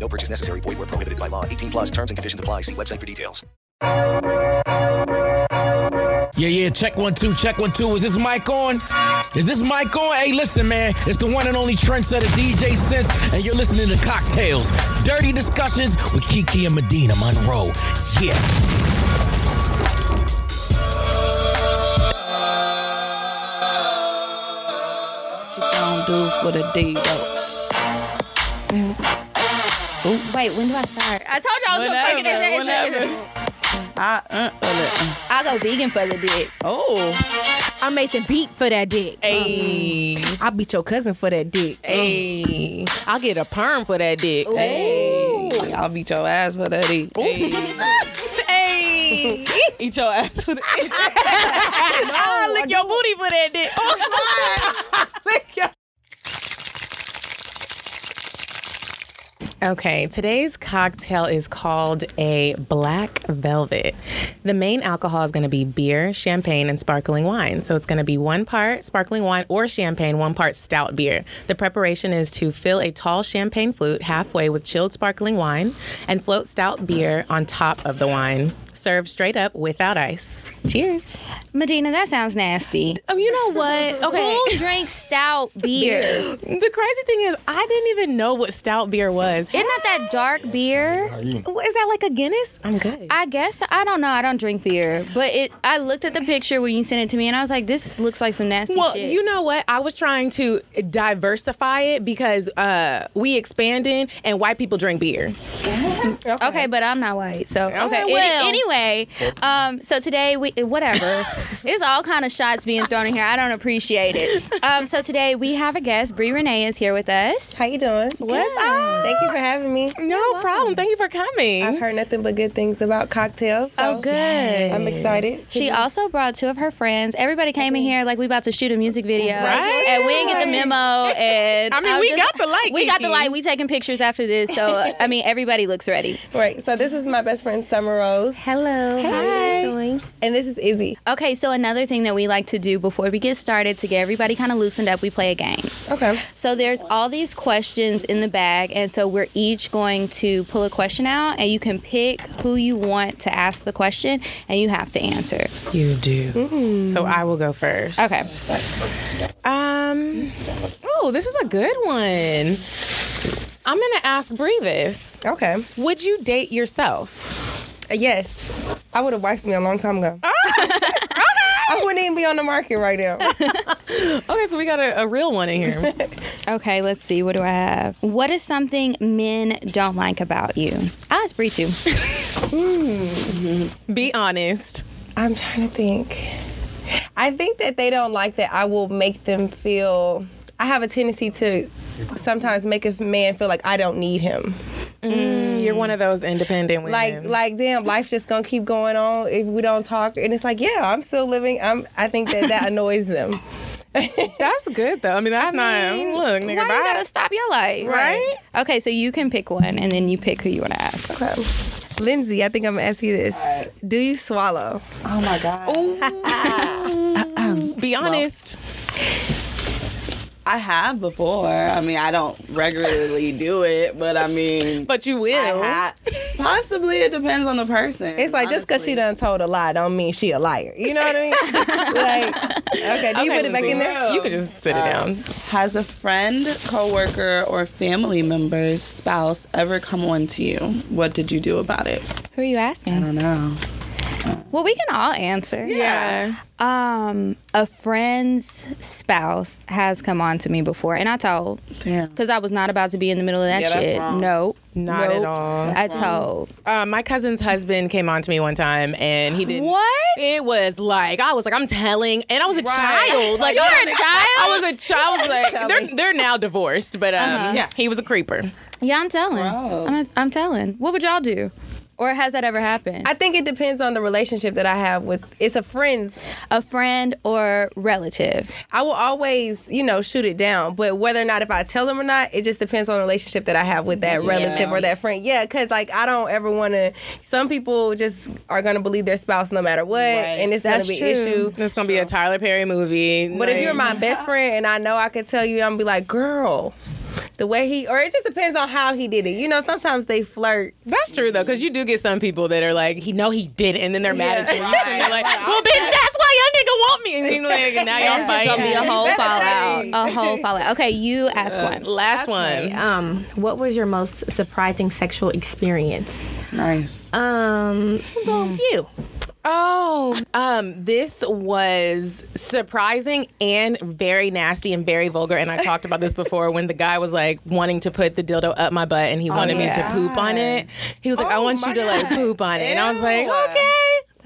No purchase necessary. Void where prohibited by law. 18 plus terms and conditions apply. See website for details. Yeah, yeah, check one, two, check one, two. Is this mic on? Is this mic on? Hey, listen, man. It's the one and only trendsetter DJ Sense, and you're listening to Cocktails. Dirty discussions with Kiki and Medina Monroe. Yeah. don't do for the day though. Wait, when do I start? I told you I was gonna break it in there. I uh, uh, uh, I'll go vegan for the dick. oh I made some beat for that dick. hey Mm-hmm. I beat your cousin for that dick. hey I get a perm for that dick. hey y'all beat your ass for that dick. Hey. Hey, eat your ass for that dick. I lick your booty for that dick. Oh, Okay, today's cocktail is called a black velvet. The main alcohol is going to be beer, champagne, and sparkling wine. So it's going to be one part sparkling wine or champagne, one part stout beer. The preparation is to fill a tall champagne flute halfway with chilled sparkling wine and float stout beer on top of the wine. Serve straight up without ice. Cheers. Medina, that sounds nasty. Oh, you know what? Okay. Who drinks stout beer? Isn't The crazy thing is, I didn't even know what stout beer was. that that dark beer? Is that like a Guinness? I'm good. I guess I don't know. I don't drink beer, but it. I looked at the picture when you sent it to me, and I was like, "This looks like some nasty Well, shit." you know what? I was trying to diversify it because uh, we expanded and white people drink beer. okay. but I'm not white, so okay. Any- well. anyway, um, so today we whatever. it's all kind of shots being thrown in here. I don't appreciate it. Um, so today we have a guest. Bree Renee is here with us. How you doing? What's up? Thank you for having me. No problem. Thank you for I've coming. heard nothing but good things about cocktails. so Oh, good. I'm excited. She also brought two of her friends. Everybody came in here like we about to shoot a music video, Right. and we didn't get the memo. And I mean, I'm we got the light, We got the Kiki. light. We taking pictures after this, so I mean, everybody looks ready. Right. So this is my best friend Summer Rose, Hello. Hi. and this is Izzy. Okay, so another thing that we like to do before we get started to get everybody kind of loosened up, we play a game. Okay. So there's all these questions in the bag, and so we're each going to pull a question out, and you can pick who you want to ask the question, and you have to answer. You do. Mm. So I will go first. Okay. Um. Oh, this is a good one. I'm gonna ask Bree this. Okay. Would you date yourself? Uh, Yes, I would have wifed me a long time Oh. ago. I wouldn't even be on the market right now. Okay, so we got a, a real one in here. Okay, let's see. What do I have? What is something men don't like about you? I'll ask Bree too. Be honest. I'm trying to think. I think that they don't like that I will make them feel. I have a tendency to sometimes make a man feel like I don't need him. Mm, You're one of those independent women. like like damn life just gonna keep going on if we don't talk and it's like yeah i'm still living i'm i think that that annoys them that's good though. I mean, that's mean, not look, Why you nigga. Bye. gotta stop your life? Right? Okay, so you can pick one, and then you pick who you want to ask. okay lindsay i think i'm gonna ask you this do you swallow oh my god Be honest. I have before. I mean, I don't regularly do it, but I mean, but you will. I ha- Possibly it depends on the person. It's like just because she done told a lie don't mean she a liar. You know what I mean? like, okay, do you put it back in there? You could just sit it down. Uh, Has a friend, coworker, or family member's spouse ever come on to you? What did you do about it? Who are you asking? I don't know. Well, we can all answer. Yeah. Um, a friend's spouse has come on to me before, and I told. Damn. Because I was not about to be in the middle of that Yeah, that's shit. wrong. Nope. Not nope. at all. I told. Uh, my cousin's husband came on to me one time and he didn't. What? It was like, I was like, I'm telling. And I was a child. Like, You I were was a like- child? I was a child. I was like, Telling. they're, they're now divorced, but um, Uh-huh. Yeah. he was a creeper. Yeah, I'm telling. I'm, I'm telling. What would y'all do? Or has that ever happened? I think it depends on the relationship that I have with. It's a friend's, a friend or relative. I will always, you know, shoot it down. But whether or not if I tell them or not, it just depends on the relationship that I have with that Yeah. relative or that friend. Yeah, because like I don't ever want to. Some people just are gonna believe their spouse no matter what, and it's gonna be issue. It's going to be a Tyler Perry movie. But if you're my best friend and I know I could tell you, I'm gonna be like, girl, the way he, or it just depends on how he did it. You know, sometimes they flirt. That's true though, because you do get some people that are like, he no, he did, it," and then they're mad at you. Yeah. And you're like, well, bitch, that's why y'all nigga want me. And then, like, now y'all It's just fighting. gonna be a whole fallout. A whole fallout. Okay, you ask Yeah. one. Uh, Last Okay, Um, what was your most surprising sexual experience? Nice. Um, I'm going with you. Oh, um, this was surprising and very nasty and very vulgar. And I talked about this before when the guy was like wanting to put the dildo up my butt and he Oh, wanted yeah. Oh me to poop on it. He was like, I want you to like poop on it. And I was like, Oh, okay.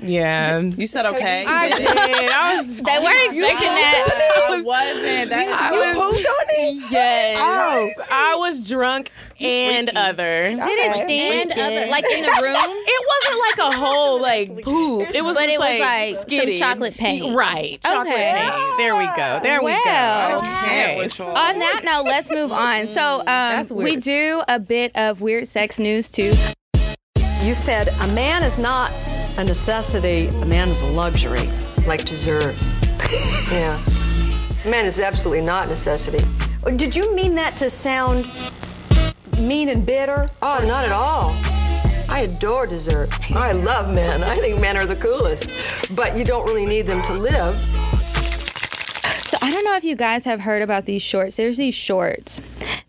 Yeah. You said okay. I did. I was. They weren't expecting that. I wasn't. That I you was- pooped on it. Yes. Oh. I was drunk and other. Did it Okay. stand Freaky. up, like, in the room? it wasn't like a whole like poop. It was But just it was, like, like, some skinny. chocolate paint. Right. Chocolate Okay. paint. There we go. Oh, There Well. we go. On that note, let's move on. So um, we do a bit of weird sex news too. You said a man is not a necessity, a man is a luxury, like dessert. yeah. Man is absolutely not a necessity. Oh, Did you mean that to sound mean and bitter? Oh, not at all. I adore dessert. I love men. I think men are the coolest. But you don't really need them to live. So I don't know if you guys have heard about these shorts. There's these shorts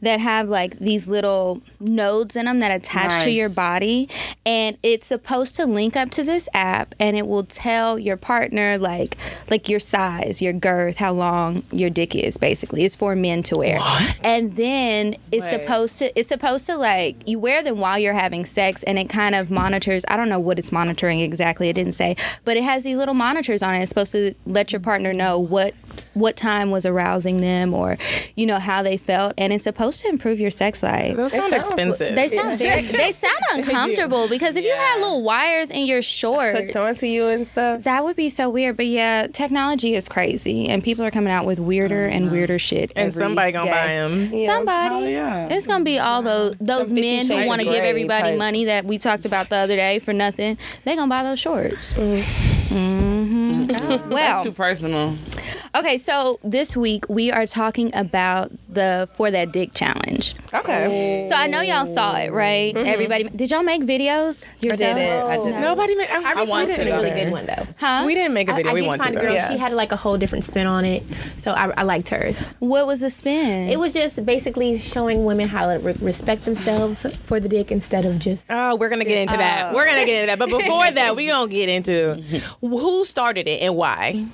that have like these little nodes in them that attach to Nice. your body and it's supposed to link up to this app and it will tell your partner like like your size, your girth, how long your dick is basically. It's for men to wear. And then it's Wait. supposed to it's supposed to like you wear them while you're having sex and it kind of monitors I don't know what it's monitoring exactly, it didn't say, but it has these little monitors on it. It's supposed to let your partner know what what time was arousing them or you know how they felt and it's supposed to improve your sex life. Those It sound sounds- expensive. They sound very Yeah. they sound uncomfortable because if you had little wires in your shorts hooked onto you and stuff. That would be so weird. But yeah, technology is crazy and people are coming out with weirder and weirder shit. And every somebody gonna day. buy 'em. Yeah. Somebody. It's gonna be all those those men Shades who of want to give Grey everybody type. money that we talked about the other day for nothing. They gonna buy those shorts. Mm. hmm Well, That's too personal. Okay, so this week we are talking about the For That Dick Challenge. Okay. So I know y'all saw it, right? Mhm. Everybody, did y'all make videos yourself? didn't. I didn't. Nobody made. I, I want to. though. Huh? We didn't make a video. I, I we did want find to. a girl. though. She had like a whole different spin on it, so I, I liked hers. What was the Mm. spin? It was just basically showing women how to re- respect themselves for the dick instead of just. Oh, we're gonna get into that. Oh. We're gonna get into that. But before that, we gonna get into who started it and why.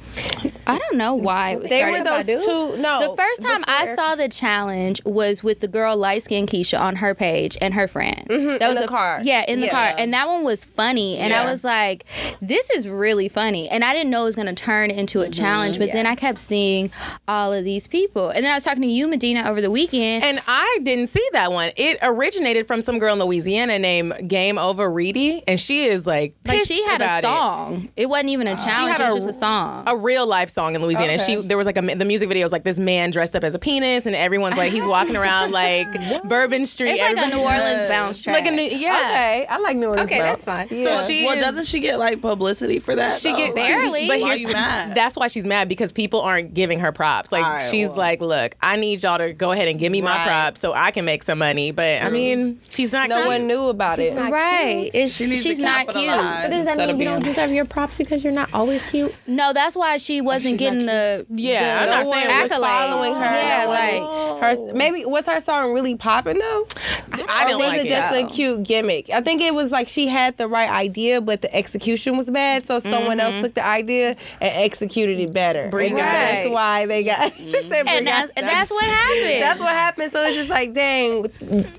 I don't know why. it was They started. were those Badu? two- no, the first time I before. saw the challenge was with the girl light skin Keisha on her page and her friend. Mm-hmm, Mhm, That in was the a, car. Yeah, in the Yeah. car, and that one was funny, and I Yeah. was like, "This is really funny," and I didn't know it was gonna turn into Mm-hmm, a challenge. But then I kept seeing all of these people, and then I was talking to you, Medina, over the weekend. And I didn't see that one. It originated from some girl in Louisiana named Game Over Reedy, and she is like Like pissed she had a about it. song. It. wasn't even a She challenge. had It was just a song. a real life song in Louisiana. Okay. She there was like a the music video was like this man dressed up as a penis, and everyone's like he's walking around like Bourbon Street. It's like a Everybody's- New Orleans bounce track. Like a new yeah. Okay, I like New Orleans Okay, bounce. that's fine. So Yeah. she well, is- doesn't she get like publicity for that? She though? gets Like, she's- But Why are here's you mad? that's why she's mad because people aren't giving her props. Like All right, she's well. like, look, I need y'all to go ahead and give me my Right. props so I can make some money. But I True. mean, she's not. No cute. one knew about it. right. It's, She needs to she's not cute. capitalize But does that instead mean of you don't being- deserve your props because you're not always cute? No, that's why she wasn't getting the Yeah, the I'm not saying accolades. what's following her. Yeah, no one like is- her. Maybe was her song really popping though? I think didn't like it's it. just a cute gimmick. I think it was like she had the right idea, but the execution was bad. So someone else Mhm. took the idea and executed it better. Bring and out- that's why they got. she said, And "Bring that's- out and the-" that's what happened. That's what happened. So it's just like, dang,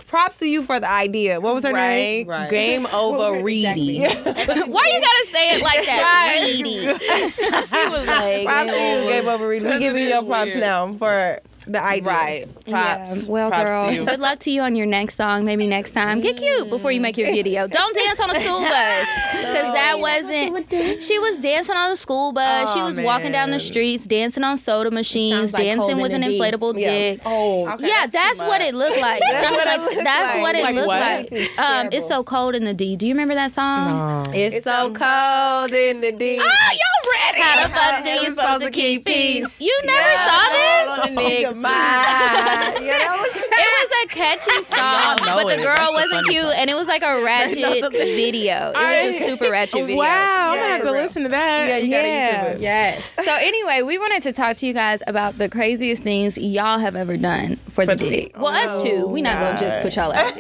props to you for the idea. What was her name? Right. Game over, Reedy. Why you gotta say it like that, Reedy? she was like, props to you, Game over, Reedy. We giving you your props weird. now for the idea. Right. Props. Well, girl, good luck to you on your next song. Maybe next time, get cute before you make your video. Don't dance on a school bus because that wasn't. She was dancing on a school bus. she Aw, was walking down the streets, dancing on soda machines, like dancing Colin with an and Dee. inflatable Yeah. dick. Oh, yeah, that's what it looked like. That's Something what it like- looked that's like. what it Like looked what? like. Um, it's so cold in the D. Do you remember that song? It's so cold in the D. Oh, y'all ready? How the fuck do How you we supposed to keep peace? You never Yeah, saw this? on the niggas' mind. Yeah, that was it was a catchy song, Y'all know but the it. girl That's the wasn't funny cute, part. and it was like a ratchet video. It was a super ratchet video. Oh, Wow, I'm gonna have to listen to that. Yeah, you gotta Yeah. YouTube it. Yes. So anyway, we wanted to talk to you guys about the craziest things y'all have ever done for, the dick. Well, us too. we not gonna just put y'all out.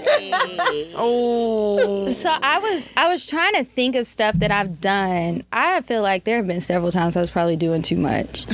oh. So I was I was trying to think of stuff that I've done. I feel like there have been several times I was probably doing too much.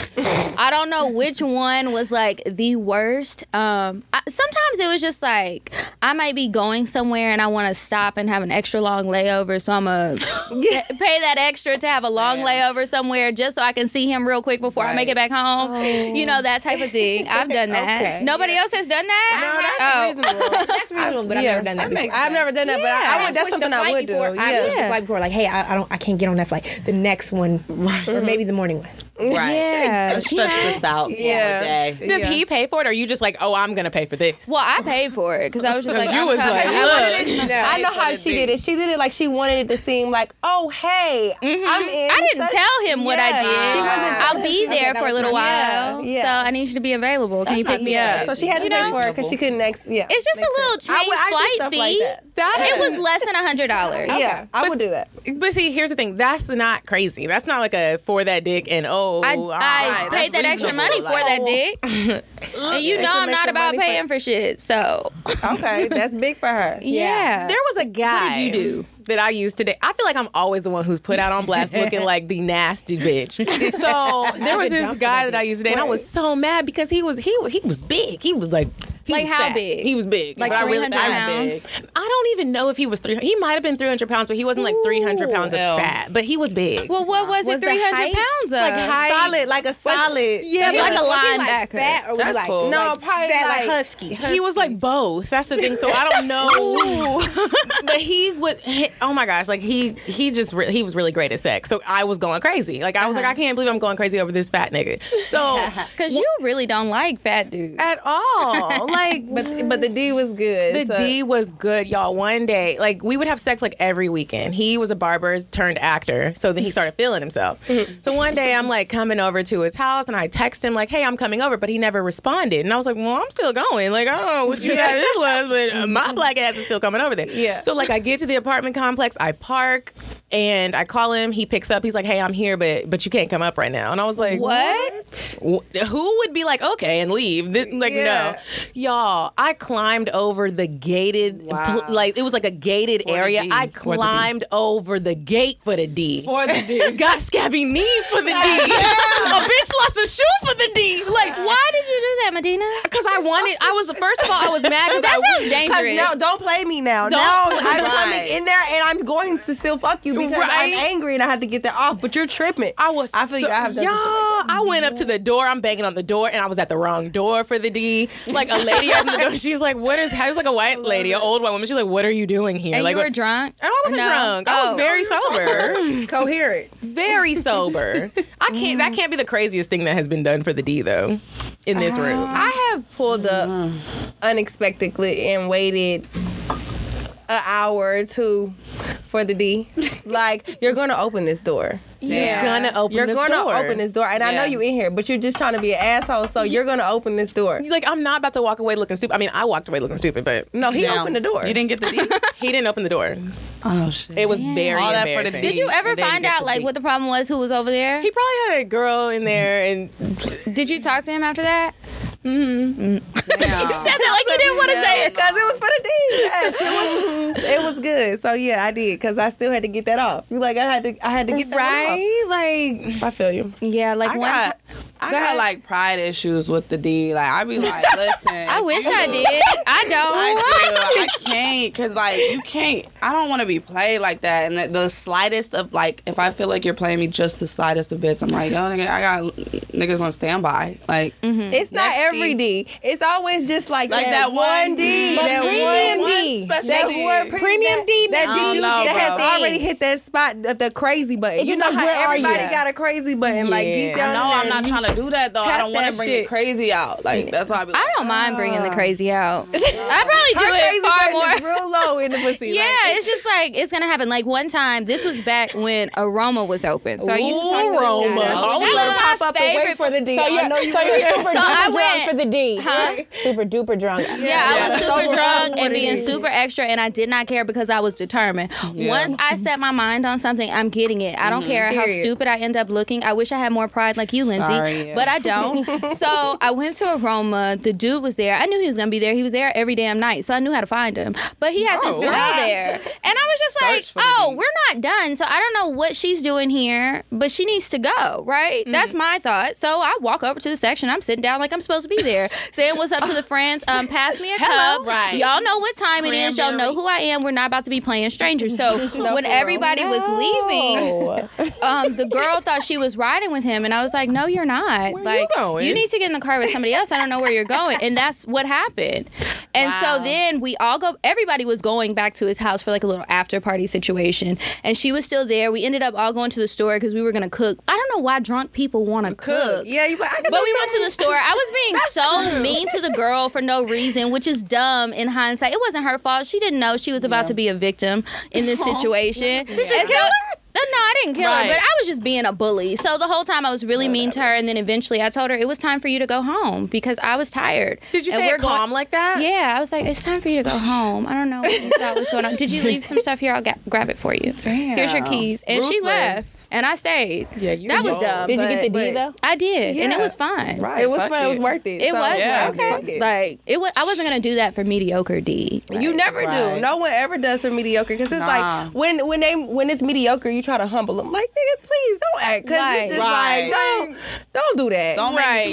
I don't know which one was like the worst. Um, I, sometimes it was just like I might be going somewhere and I want to stop and have an extra long layover, so I'm gonna pay that extra to have a long layover somewhere just so I can see him real quick before I make it back home. You know that type of thing. I've done that. Okay. Nobody else has done that. Oh. No, that's reasonable. That's reasonable, but I've never done that before. I've never done that, but I, I would, that's Switch the something I flight would do. before, I yeah. switched the flight before, like, hey, I, I don't, I can't get on that flight. The next one, or maybe the morning one. Right. Yeah. Let's stretch this out one Yeah. more day. Does he pay for it, or are you just like, oh, I'm gonna pay for this? Well, I paid for it because I was just like, you I'm was coming. like, I wanted look. it to I know how she did it. She did it like she wanted it to seem like, oh hey, I'm in. Mm-hmm. I didn't tell him what I Yeah. did. She wasn't- I'll be Okay, there that for a was little my- yeah, while. yeah. So I need you to be available. Can you pick me up? So she had to You pay know? for it because she couldn't. Ex- yeah, It's just a little I change would- I do flight stuff like fee. that. That it is- was less than hundred dollars. Okay. But- But see, here's the thing. That's not crazy. That's not like a for that dick and oh, I, all I right, paid that that's extra money for reasonable. that Like- dick, and you That's know some I'm not extra about money for- paying for shit. So okay, that's big for her. Yeah. There was a guy. What did you do? That I use today. I feel like I'm always the one who's put out on blast looking like the nasty bitch. So there was this guy that I used today, and I was so mad because he was he he was big. He was like. He Like was how fat. big? He was big. Like But I 300 I- pounds? I don't even know if he was three. He might have been three hundred pounds, but he wasn't like three hundred pounds of Ew. fat. But he was big. Well, what was, Was it? the Three hundred height- pounds of like height- Solid, like a solid. Yeah, like, but- a was he, linebacker. like, fat or was he, That's like- cool. No, like, probably fat, like, like husky, He was like both. That's the thing. So I don't know. but he would. He, oh my gosh! Like he he just re- he was really great at sex. So I was going crazy. Like I was like I can't believe I'm going crazy over this fat nigga. So because you really don't like fat dudes at all. Like but, but the D was good. the so- D was good, y'all. One day, like we would have sex like every weekend. He was a barber turned actor, so then he started feeling himself. so one day, I'm like coming over to his house, and I text him like, "Hey, I'm coming over," but he never responded. And I was like, "Well, I'm still going. Like I don't know what you guys this was, but uh, my black ass is still coming over there." Yeah. So like I get to the apartment complex, I park, and I call him. He picks up. He's like, "Hey, I'm here, but but you can't come up right now." And I was like, What? Wh- Who would be like, okay, and leave? This, like, Yeah. no. Y'all, I climbed over the gated, pl- like, it was like a gated area. D. I For the D. climbed over the gate for the D. For the D. Got scabby knees for the D. Yeah. A bitch lost a shoe for the D. Like, why did you do that, Medina? Because I wanted, I was, first of all, I was mad because That's I how- was 'cause No, don't play me now. Don't- Now I'm Right. coming in there and I'm going to still fuck you because I'm Right. angry and I had to get that off. But you're tripping. I was. I feel so, like I have done some shit y'all, I went up to the door. I'm banging on the door, and I was at the wrong door for the D. Like a lady opened the door. She was like, "What is?" I was like a white lady, an old white woman. She's like, "What are you doing here?" And like, you were what- drunk? I wasn't No. drunk. I Oh. was very sober, coherent, very sober. I can't. That can't be the craziest thing that has been done for the D though, in this room. I have pulled Uh-huh. up unexpectedly and waited an hour or two for the D. like you're gonna open this door. Yeah. You're gonna open You're this gonna door. open this door, and I know Yeah. you in here, but you're just trying to be an asshole, so you're gonna open this door. He's like, I'm not about to walk away looking stupid. I mean, I walked away looking stupid, but No, he opened the door. You didn't get the D. he didn't open the door. Oh shit! It was very All that for the embarrassing. D. Did you ever find out like what the problem was? Who was over there? He probably had a girl in there, and did you talk to him after that? Mm-hmm. said that like you didn't want to say it because it was for the D. Yes, it, was, it was good. So yeah, I did because I still had to get that off. You like I had to I had to get that right. Like I feel you. Yeah, like I one. got, I Go got ahead. like pride issues with the D. Like I be like, listen. I wish you- I did. I don't. Like, dude, I can't, cause like you can't. I don't want to be played like that. And the, the slightest of like, if I feel like you're playing me just the slightest of bits, I'm like, oh, nigga, I got niggas on standby. Like, mm, It's not every D. It's always just like, Like that one D. That But premium one one D. special That D. one Premium D That means D you get that has the thing. already hit that spot of the crazy button. It's You know like, how where are everybody you? got a crazy button. Like deep down. No, I'm not trying to do that though. I tap don't want that to bring shit. the crazy out. Like that's why I be like, I don't mind bringing the ah. crazy out. I probably do Her it crazy far button more. is real low in the pussy. Yeah, it's just like it's gonna happen. Like one time, this was back when Aroma was open. So I used to talk to Aroma. Aroma. Hold That was up. my Pop up and wait favorite. for the D. I know you- so So I I for went. the D. Huh? Super duper drunk. Yeah, I was super drunk and being super extra, and I did not care because I was determined. Yeah. Once I set my mind on something, I'm getting it. I Mm-hmm. don't Mhm. care how Period. stupid I end up looking. I wish I had more pride like you, Lindsay, Sorry, yeah. but I don't. so I went to Aroma. The dude was there. I knew he was gonna be there. He was there every damn night, so I knew how to find him. But he had this Oh, girl wow. there, and I was just like, "Oh, we're not done." So I don't know what she's doing here, but she needs to go. Right? Mm-hmm. That's my thought. So I walk over to the section. I'm sitting down like I'm supposed to be there, saying what's up to the friends. Um, pass me a Hello. cup. Right. Y'all know what time it is. Y'all know who I am. We're not about to be playing strangers. So when everybody was leaving, um, the girl thought she was riding with him, and I was like, "No, you're not. like, going? need to get in the car with somebody else. I don't know where you're going." And that's what happened. And so then we all go. Everybody was going back to his house for like a little after party situation, and she was still there. We ended up all going to the store because we were gonna cook. I don't know why drunk people want to cook. Yeah, you. I But we went to the store. I was being That's so true. mean to the girl for no reason, which is dumb in hindsight. It wasn't her fault. She didn't know she was about to be a victim in this Aw. situation. Did you And kill her? No, I didn't kill Right. her, but I was just being a bully. So the whole time I was really mean to her, and then eventually I told her it was time for you to go home because I was tired. Did you and say it we're going- calm like that? Yeah, I was like, it's time for you to go home. I don't know what you thought was going on. Did you leave some stuff here? I'll ga- grab it for you. Damn. Here's your keys, and she Ruthless. left, and I stayed. Yeah, you that was bold. dumb. Did you get but- the D, though? I did, and it Yeah. was fun. Right, It was fuck fun. It was it. worth it. It So, was yeah, worth it. fuck it. Like it was. I wasn't gonna do that for mediocre D. You never do. Right. No one ever does for mediocre because it's Nah. like when when they when it's mediocre, you try to humble them. Like nigga, please don't act because Right. it's just Right. like don't don't do that.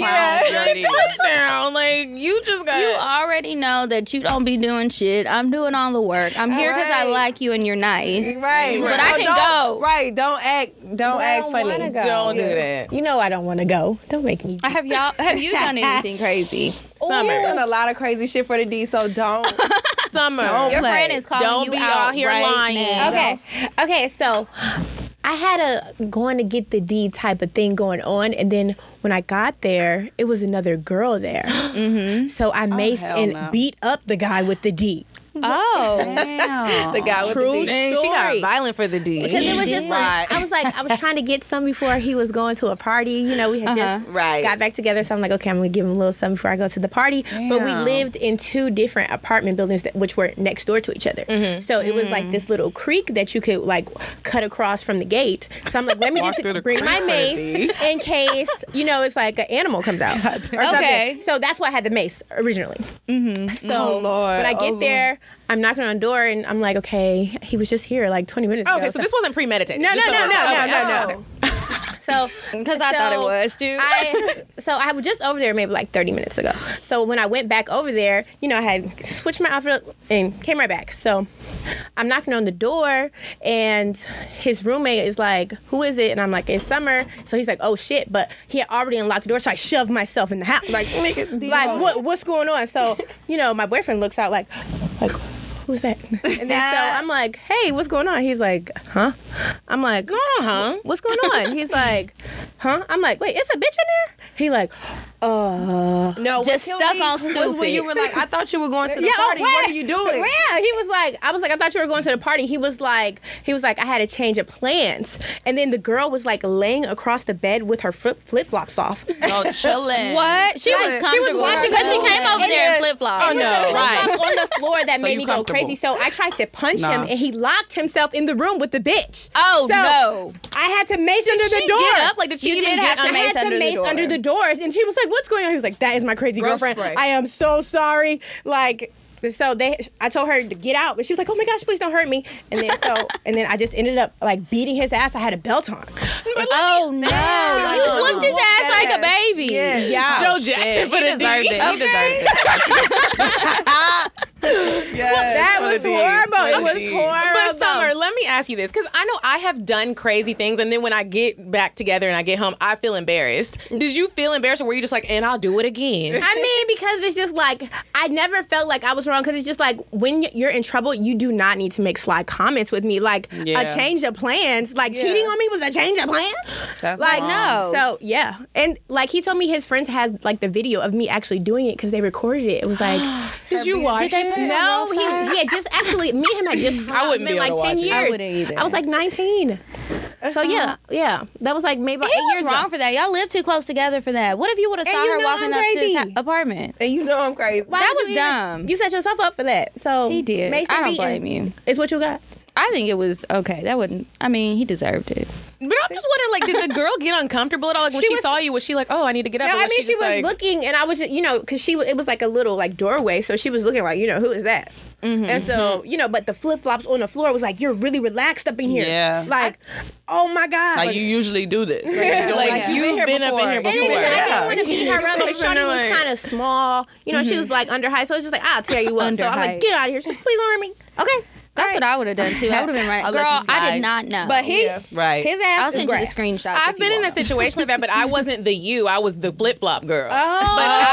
Sit down. Like you just got. You already know that you don't be doing shit. I'm doing all the work. I'm here because I Right. like you and you're nice. Right, But right. I Oh, can don't- go. Right. Don't act. Don't act funny. Don't do that. You know I don't want to go. Don't make me. Have y'all? Have you done anything crazy? Summer. Ooh, done a lot of crazy shit for the D. So don't. Summer. Don't Your play. friend is calling Don't you be out out here right lying. now. Okay. Okay, so I had a going to get the D type of thing going on, and then when I got there, it was another girl there. mm-hmm. So I maced hell and no. beat up the guy with the D. Oh, the guy with True the D. Dang, she got story. violent for the D. Because it was just like I was like I was trying to get some before he was going to a party. You know, we had just Uh-huh. Right. got back together, so I'm like, okay, I'm gonna give him a little something before I go to the party. But we Damn. lived in two different apartment buildings that, which were next door to each other. So it was like this little creek that you could like cut across from the gate. So I'm like, let me Walk just through the bring creek my for the mace in case you know it's like an animal comes out or something. Okay. So that's why I had the mace originally. Mm-hmm. So Oh, Lord. when I Oh, get Lord. there. I'm knocking on the door and I'm like, okay, he was just here like 20 minutes ago. Okay, so Oh, this wasn't premeditated. No, no, Just no, so no, we're- no, okay. no, no. So because I thought it was, too. I so I was just over there maybe like 30 minutes ago. So when I went back over there, you know, I had switched my outfit up and came right back. So I'm knocking on the door and his roommate is like, "Who is it?" And I'm like, "It's Summer." So he's like, "Oh shit!" But he had already unlocked the door, so I shoved myself in the house. Like, like what what's going on? So you know, my boyfriend looks out like, like. Who's that? And then so I'm like, hey, what's going on? He's like, huh? I'm like, going on, huh? What's going on? He's like, huh? I'm like, wait, it's a bitch in there? He like, uh, No, just what stuck killed me on was stupid. When you were like, I thought you were going to the Yeah, oh, party. What wait. are you doing? Yeah, he was like, I was like, I thought you were going to the party. He was like, he was like, I had a change of plans. And then the girl was like laying across the bed with her flip flip flops off. No, chillin'. What? She was She was comfortable. watching 'Cause she came over there in then- flip-flops. and Oh, then no, the flip-flops right. on the floor that So made you me go comfortable. crazy. So I tried to punch Nah. him, and he locked himself in the room with the bitch. Oh, So no. I had to mace Did under the she door. get up? Like, did she you even did get have to on I mace had to under the mace door? under the doors, and she was like, "What's going on?" He was like, "That is my crazy Rough girlfriend. spray. I am so sorry." Like. So they, I told her to get out, but she was like, "Oh my gosh, please don't hurt me!" And then so, and then I just ended up like beating his ass. I had a belt on. Oh no! You whooped his ass like a baby. Yeah. Oh, Joe Jackson for the deserved it. He deserved it. that was horrible. It was horrible. But Summer, let me ask you this, because I know I have done crazy things, and then when I get back together and I get home, I feel embarrassed. Did you feel embarrassed, or were you just like, and I'll do it again? I mean, because it's just like I never felt like I was wrong. Because it's just like when y- you're in trouble, you do not need to make sly comments with me. Like Yeah. a change of plans, like cheating on me was a change of plans. That's like wrong. So yeah, and like he told me his friends had like the video of me actually doing it because they recorded it. It was like. Did you watch Did they it? put it on No, he- Wellstar? yeah, just actually, me and him had just hung I out. wouldn't It's been be able like 10 to watch it. years. I wouldn't either. I was like 19. So yeah, yeah, that was like maybe about Uh-huh. He eight was years wrong ago. for that. Y'all live too close together for that. What if you would have And saw you her know walking I'm up to his crazy. ho- apartment? And you know I'm crazy. Why that would was you even- dumb. You set yourself up for that. So he did. Mason I don't Beaton blame you. Is what you got? I think it was okay. That wouldn't. I mean, he deserved it. But I'm just wondering, like, did the girl get uncomfortable at all? Like, when she, She was- saw you, was she like, oh, I need to get up? No, Or I mean she, she just was like- looking, and I was, just, you know, because she was, it was like a little like doorway, so she was looking like, you know, who is that? And so, you know, but the flip flops on the floor was like, you're really relaxed up in here. Yeah. Like, oh my god. Like you usually do this. Like, you doing Like, it. you've been up in here And it's before. like, I Yeah. didn't want to beat her up because Shawty was kind of small. You know, she was like under height, so it's just like, I'll tell you what. so I'm like, Underheight. get out of here. She's like, please don't hurt me. Okay. That's what I would have done too. I would have been right. I'll Girl, let you I slide. did not know. But he- Yeah. Right. his ass I'll is send grass. you the screenshots. I've been in a situation like that, but I wasn't the you. I was the flip flop girl. Oh, but I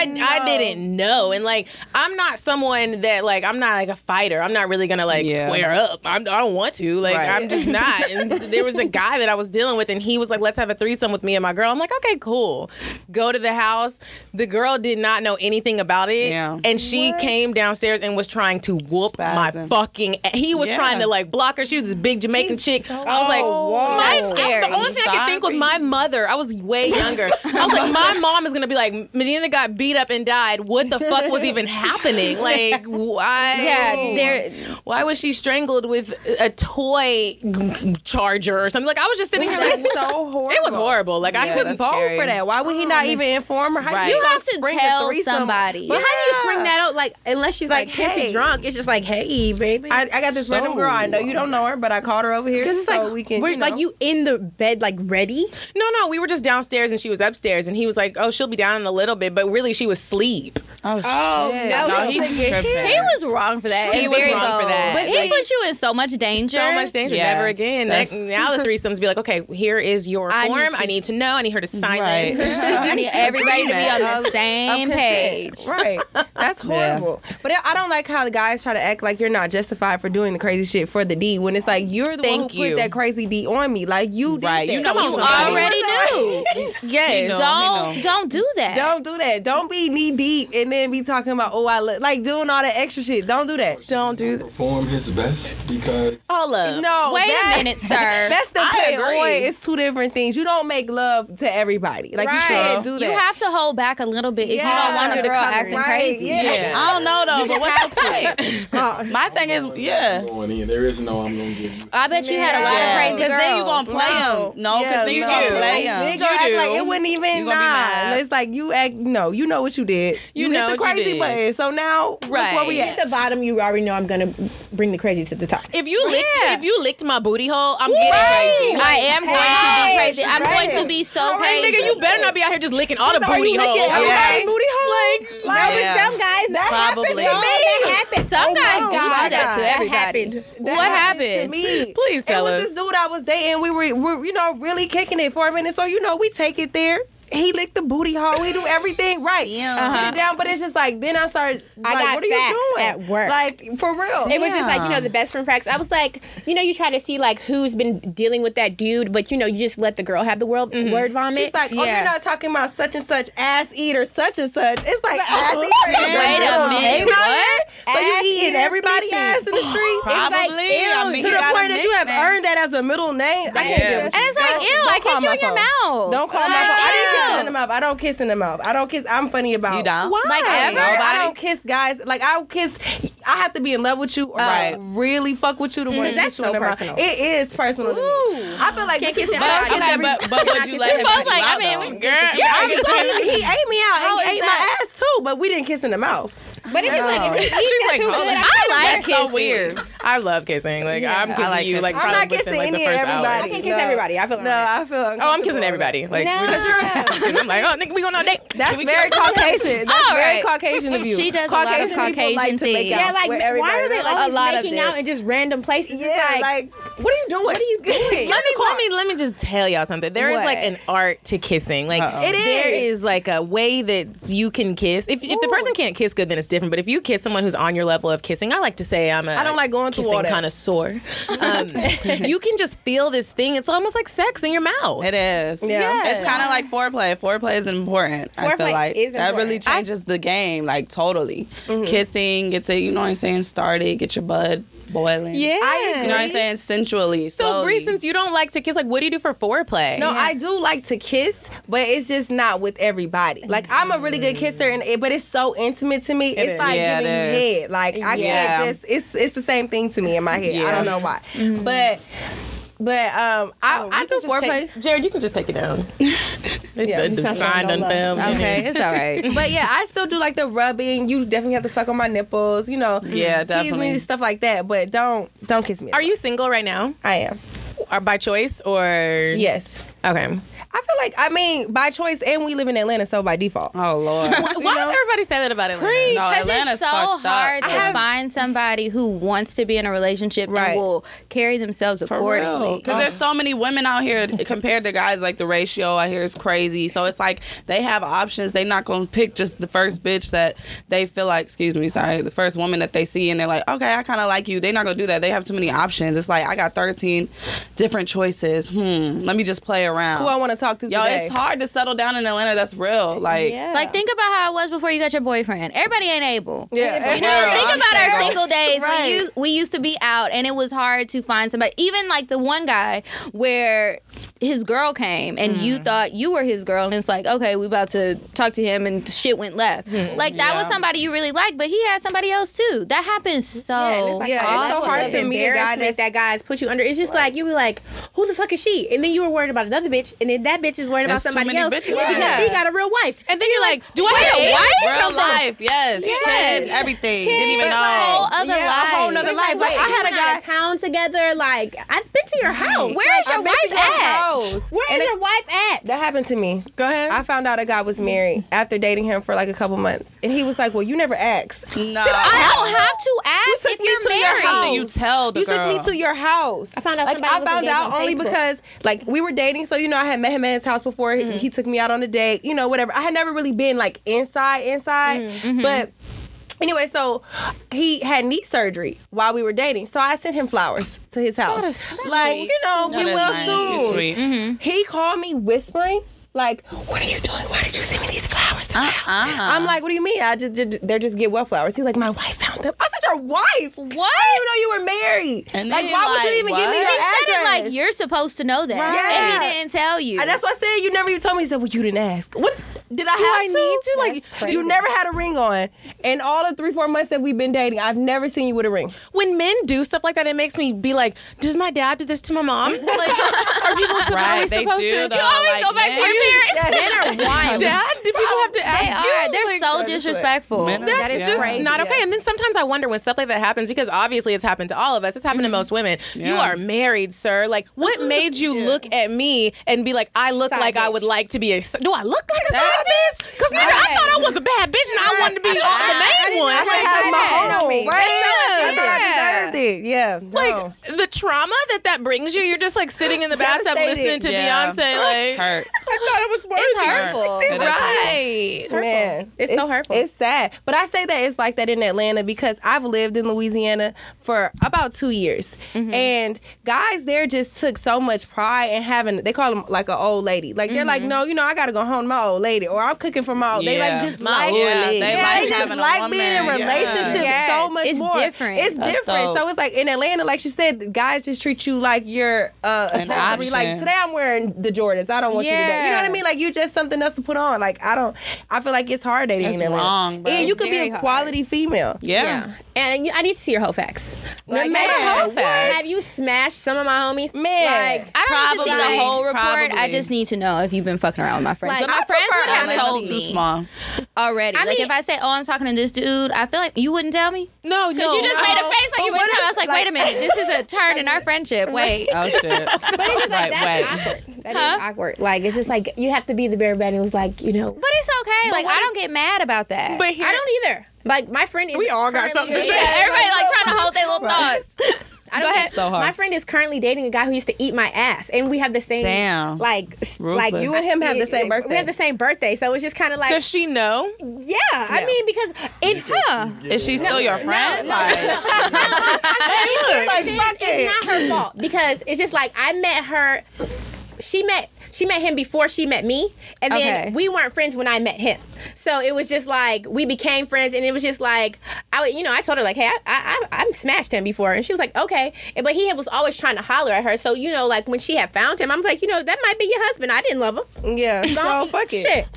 I, but know. I, I didn't know. And like, I'm not someone that like I'm not like a fighter. I'm not really gonna like Yeah. square up. I'm, I don't want to. Like, Right. I'm just not. And there was a guy that I was dealing with, and he was like, "Let's have a threesome with me and my girl." I'm like, "Okay, cool." Go to the house. The girl did not know anything about it, Yeah. and she came downstairs and was trying to whoop Spasm. my fucking. a- He was Yeah. trying to like block her. She was this big Jamaican chick. I was like, Oh, my, whoa. I- Scary. the only thing I could think was my mother. I was way younger. I was like, my mom is gonna be like, Medina got beat up and died. What the fuck was even happening? Like, why? Yeah, there- Why was she strangled with a toy charger or something? Like, I was just sitting here like, That's so horrible. It was horrible. Like, I he was couldn't bold for that. Why would he Oh, not even inform her? How Right. you You gonna have to spring a tell threesome? somebody. But how do you spring that out? Like, unless she's like, Like, pissy hey. drunk, it's just like, hey, baby. I, I got this random girl. I know you don't know her, but I called her over here. Because it's like, so we can, we're- you know. like you in the bed, like ready. No, no, we were just downstairs and she was upstairs, and he was like, "Oh, she'll be down in a little bit," but really she was asleep. Oh, shit. no, No, he's tripping. He was wrong for that. He and was very wrong for bold. that. But Like, he put you in so much danger. So much danger. Yeah. Never again. That's- Now- now the threesomes be like, okay, here is your I need form. to- I need to know. I need her to silence. I need everybody to be on the Agreement. same Of page. consent. Right. That's horrible. But I don't like how the guys try to act like you're not justified for doing the crazy shit for the D when it's like you're the Thank one who you. put that crazy D on me. Like you did Right. that. You know Like, I'm you somebody. Already knew. Yes. He know, he don't know. don't do that. Don't do that. Don't be knee deep and then be talking about oh I look like doing all that extra shit. Don't do that. Don't do that. Perform his best because All of No. Wait a that's- minute, sir. That's the I pay agree. away. It's two different things. You don't make love to everybody. Like you can't do that. You have to hold back a little bit if Yeah. you don't want a Under the girl covers. acting Right, crazy. yeah. Yeah. I don't know though, You but just what's the have point? My thing is, yeah. going in, there is no I'm gonna give you. I bet you had a lot Yeah. of crazy Because girls. then you gonna play him. No, because Yeah, then you no. gonna Like, play They him. gonna act like do. it wouldn't even You gonna be nah. mad. It's like you act no, you know what you did. You can did the crazy way. So now, right. where we If you at? hit the bottom, you already know I'm gonna bring the crazy to the top. If you licked, if you licked my booty hole, I'm Right. getting crazy. I am going to be crazy. I'm going to be so All right, crazy. Nigga, you better not be out here just licking all the Are booty you holes. licking everybody's booty hole? Like, Like, with some guys, that happened to me. That happened. Oh, Some guys do do that to everybody. What happened? me. Please tell it us. was this dude I was dating. We were, we you know, really kicking it for a minute. So, you know, we take it there. He licked the booty hole. He do everything right. Put Uh-huh. it down. But it's just like, then I started, I like, got what are you doing? facts at work. Like, for real. It was just like, you know, the best friend facts. I was like, you know, you try to see like who's been dealing with that dude, but you know, you just let the girl have the world word vomit. She's like, oh, you're not talking about such and such ass eater, such and such. It's like ass eater. oh, Wait a Girl, minute, hey, right what? here? So you Ass eating eater everybody's people. ass in the street? Probably. I mean, to he the got a point that you have nickname. earned that as a middle name. I can't Damn. deal with And you. it's like, Don't- ew, don't I call kiss you my in your phone. mouth. Don't call my Like, phone. I didn't kiss ew. in the mouth. I don't kiss in the mouth. I don't kiss. I'm funny about. You don't? Why? Like Like, ever. ever? I don't kiss guys. Like I kiss. I have to be in love with you or Right. really fuck with you to Mhm. want to Oh. That's kiss you in so the mouth. personal. It is personal. to me. I feel like bitches Can't kiss who that fuck mouth. kiss Okay, every- but- but would you let him Fuck hit you out, mean, though? girl. Yeah, I was like, he he ate me out. How and is He ate my that- ass too, but we didn't kiss in the mouth. But if you like, if you eat that too good, oh, I feel That's better. so weird. I love kissing. Like Yeah. I'm I kissing like you. kissing. Like I'm probably not within, kissing like the any first and hour. everybody. I can kiss No. everybody. I feel no, I feel. Oh, I'm kissing everybody. Like No. we just, I'm like, oh, nigga, we going on a date. That's Should we very go? Caucasian. That's very Caucasian of you. She does Caucasian a lot of people like Caucasian to make things. out Yeah, like with everybody. why are they Like, always a lot of making it. out in just random places? Yeah, like, what are you doing? What are you doing? let me let me let me just tell y'all something. There is What? like an art to kissing. Like Uh-oh. It there is. is like a way that you can kiss. If, if the person can't kiss good, then it's different. But if you kiss someone who's on your level of kissing, I like to say I'm a I don't like going through kissing all that. connoisseur. Um, you can just feel this thing. It's almost like sex in your mouth. It is. Yeah. It's kind of like foreplay. Foreplay is important. I feel Foreplay like is that really important. changes the game, like totally. Mhm. Kissing, get to you know what I'm saying. Started, get your blood boiling. Yeah. I you know what I'm agree. saying. Sensually. So, Bree, since you don't like to kiss, like, what do you do for foreplay? No, I do like to kiss, but it's just not with everybody. Like I'm a really good kisser, and it, but it's so intimate to me. It it's is. like Yeah, it giving is. you head. Like I Yeah. can't just. It's it's the same thing to me in my head. I don't know why, Mm-hmm. but. But um, I, Oh, I do foreplay. Jared, you can just take it down. Yeah, the he's not sign showing done love. fell. Okay, it's all right. but yeah, I still do like the rubbing. You definitely have to suck on my nipples. You know, Yeah, tease definitely. me stuff like that. But don't don't kiss me. Are you single right now? I am. Are by choice or Yes. Okay. I feel like I mean by choice, and we live in Atlanta, so by default. Oh lord. Why does everybody say that about Atlanta? Preach. No, it's so hard to find somebody who wants to be in a relationship Right. and will carry themselves accordingly. Because there's so many women out here compared to guys, like the ratio I hear is crazy. So it's like they have options. They're not going to pick just the first bitch that they feel like, excuse me, sorry, the first woman that they see and they're like, okay, I kind of like you. They're not going to do that. They have too many options. It's like, I got 13 different choices. Hmm, let me just play around. Oh. Who I want to talk to Yo, today? it's hard to settle down in Atlanta. That's real. Like, Like think about how it was before you got your boyfriend. Everybody ain't able. Yeah. You know, Yeah. think I'm about our single. single days. Right. We used we used to be out and it was hard to find somebody. Even like the one guy where his girl came and Mm. you thought you were his girl and it's like, okay, we about to talk to him and shit went left. Mhm. Like that was Yeah. somebody you really liked, but he had somebody else too. That happens so yeah, It's like, it's so hard to meet a guy that, that guy's put you under. It's just like you be like, who the fuck is she? And then you were worried about another bitch, and then that bitch is worried about There's too somebody many else bitches because out there. he got a real wife. And then you're like, do I have a wife? Real Real life, yes. Yes. Kids, everything. Kids, Didn't but even know. like- Yeah, a whole nother It's life. Like, wait, I had we a went out guy- of town together. Like I've been to your house. Where is Like, I've been to your house. Where is And it- your wife at? That happened to me. Go ahead. I found out a guy was married after dating him for like a couple months, and he was like, "Well, you never asked." No, I don't have to ask you took if me you're to married. Your house. you tell the you girl. took me to your house. I found out Like somebody I was found engaged out on only Facebook. because like we were dating, so you know I had met him at his house before. He, he took me out on a date. You know, whatever. I had never really been like inside, inside, but. Anyway, so he had knee surgery while we were dating, so I sent him flowers to his house. like sweet. you know, That we is will nice. soon. Sweet. He called me whispering, like, "What are you doing? Why did you send me these flowers to my house?" Uh-uh. I'm like, "What do you mean? I just did, they're just get what flowers?" He's like, "My wife found them." I said, "Your wife? What? I didn't even know you were married. And like, then, why would you like, even give me what? your He said it address?" like you're supposed to know that, and he didn't tell you. And that's why I said you never even told me. He said, "Well, you didn't ask." What did I have to? Like, you never had a ring on, and all the three, four months that we've been dating, I've never seen you with a ring. When men do stuff like that, it makes me be like, does my dad do this to my mom? Like, are people supposed, Right, are we they supposed do, to? though, You always like, go back to men- your parents. men are wild. Dad do people have to ask They you? are. They're Like, so I just like- disrespectful. Men are That's just just crazy. not Yeah. okay. And then sometimes I wonder when stuff like that happens because obviously it's happened to all of us. It's happened to most women. You Mm-hmm. Yeah. are married, sir. Like, what made you look at me and be like, I look Side like I would like to be a. Do I look like a side bitch? Because nigga, I Right. thought I was a bad bitch and I wanted to be I- all the I- I main didn't- one. I Like, had my yeah. own. Right? Right. Yeah. I thought I deserved Yeah. Like the trauma that that brings you, you're just like sitting in the bathtub Devastated. listening to Yeah. Beyonce. Like, Hurt. I thought it was worth It's hurtful. It is Right. It's Man, it's, so hurtful. It's sad. But I say that it's like that in Atlanta because I've lived in Louisiana for about two years. Mm-hmm. And guys there just took so much pride in having, they call them like an old lady. Like they're like, no, you know, I got to go home to my old lady or I'm cooking for my old They like Mm-hmm. Yeah. just My like, old lady. yeah, They like they just having a like being in woman. Yeah. relationships so Yes, much it's more. different. It's That's different. dope. So it's like in Atlanta, like she said, guys just treat you like you're uh, An accessory. Like option. today I'm wearing the Jordans. I don't want you today. You know what I Yeah. mean? Like you just something else to put on. Like I don't. I feel like it's hard dating It's in Atlanta. wrong, bro. and you It's could be very a hard. quality female. And you, I need to see your whole facts. Like, man, have, what? have you smashed some of my homies? Man, like, I don't need to see the whole report. I probably. just need to know if you've been fucking around with my friends. Like, but my I friends prefer would have honesty. told me Too small. already. I like mean- if I say, "Oh, I'm talking to this dude," I feel like you wouldn't tell me. No, because you Oh, no, just made a no. face like But you would what tell. if- I was like, "Wait a like- minute, this is a turn in our friendship." Wait. Oh shit. But it's just Right, like that's wait. awkward. That is awkward. Like it's just like you have to be the bare man who's like you know. But it's okay. like I don't get mad about that. But I don't either. Like my friend is. We all got currently- something to say. Yeah, everybody, like, trying to hold their little Right. I don't Go get- ahead. So hard. My friend is currently dating a guy who used to eat my ass, and we have the same. Damn. Like, s- like Ruthless. you and him have the same birthday. We have the same birthday, so it's just kind of like. Does she know? Yeah, I mean because in her. Is she still your friend? Like, I mean, fuck it's it. not her fault because it's just like I met her. She met she met him before she met me, and then Okay. we weren't friends when I met him. So it was just like we became friends, and it was just like I, would- you know, I told her like, hey, I I, I I smashed him before, and she was like, okay, and, but he was always trying to holler at her. So you know, like when she had found him, I was like, you know, that might be your husband. I didn't love him. Yeah, so fuck it. Shit,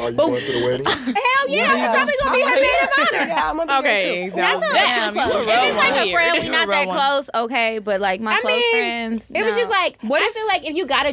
Are Oh, you going to the wedding? hell yeah, I'm probably gonna be her man of honor. Yeah, I'm gonna Okay, That's not like, too close. If it's like a friend, we You're not a that real one. close. Okay, but like my close friends. It was no. just like what I feel like if you got a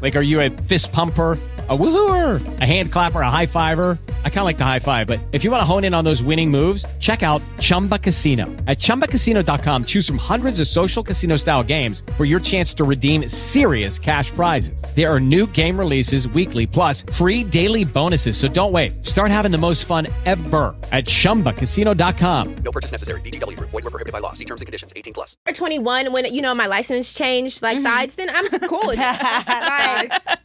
Like, are you a fist pumper? A woohooer, a hand clapper, a high fiver. I kind of like the high five, but if you want to hone in on those winning moves, check out Chumba Casino. At chumbacasino.com, choose from hundreds of social casino style games for your chance to redeem serious cash prizes. There are new game releases weekly, plus free daily bonuses. So don't wait. Start having the most fun ever at chumbacasino.com. No purchase necessary. VGW Group. Void were prohibited by law. See terms and conditions. 18 plus. 21 when you know my license changed Mm-hmm. like sides, then I'm cool. with it.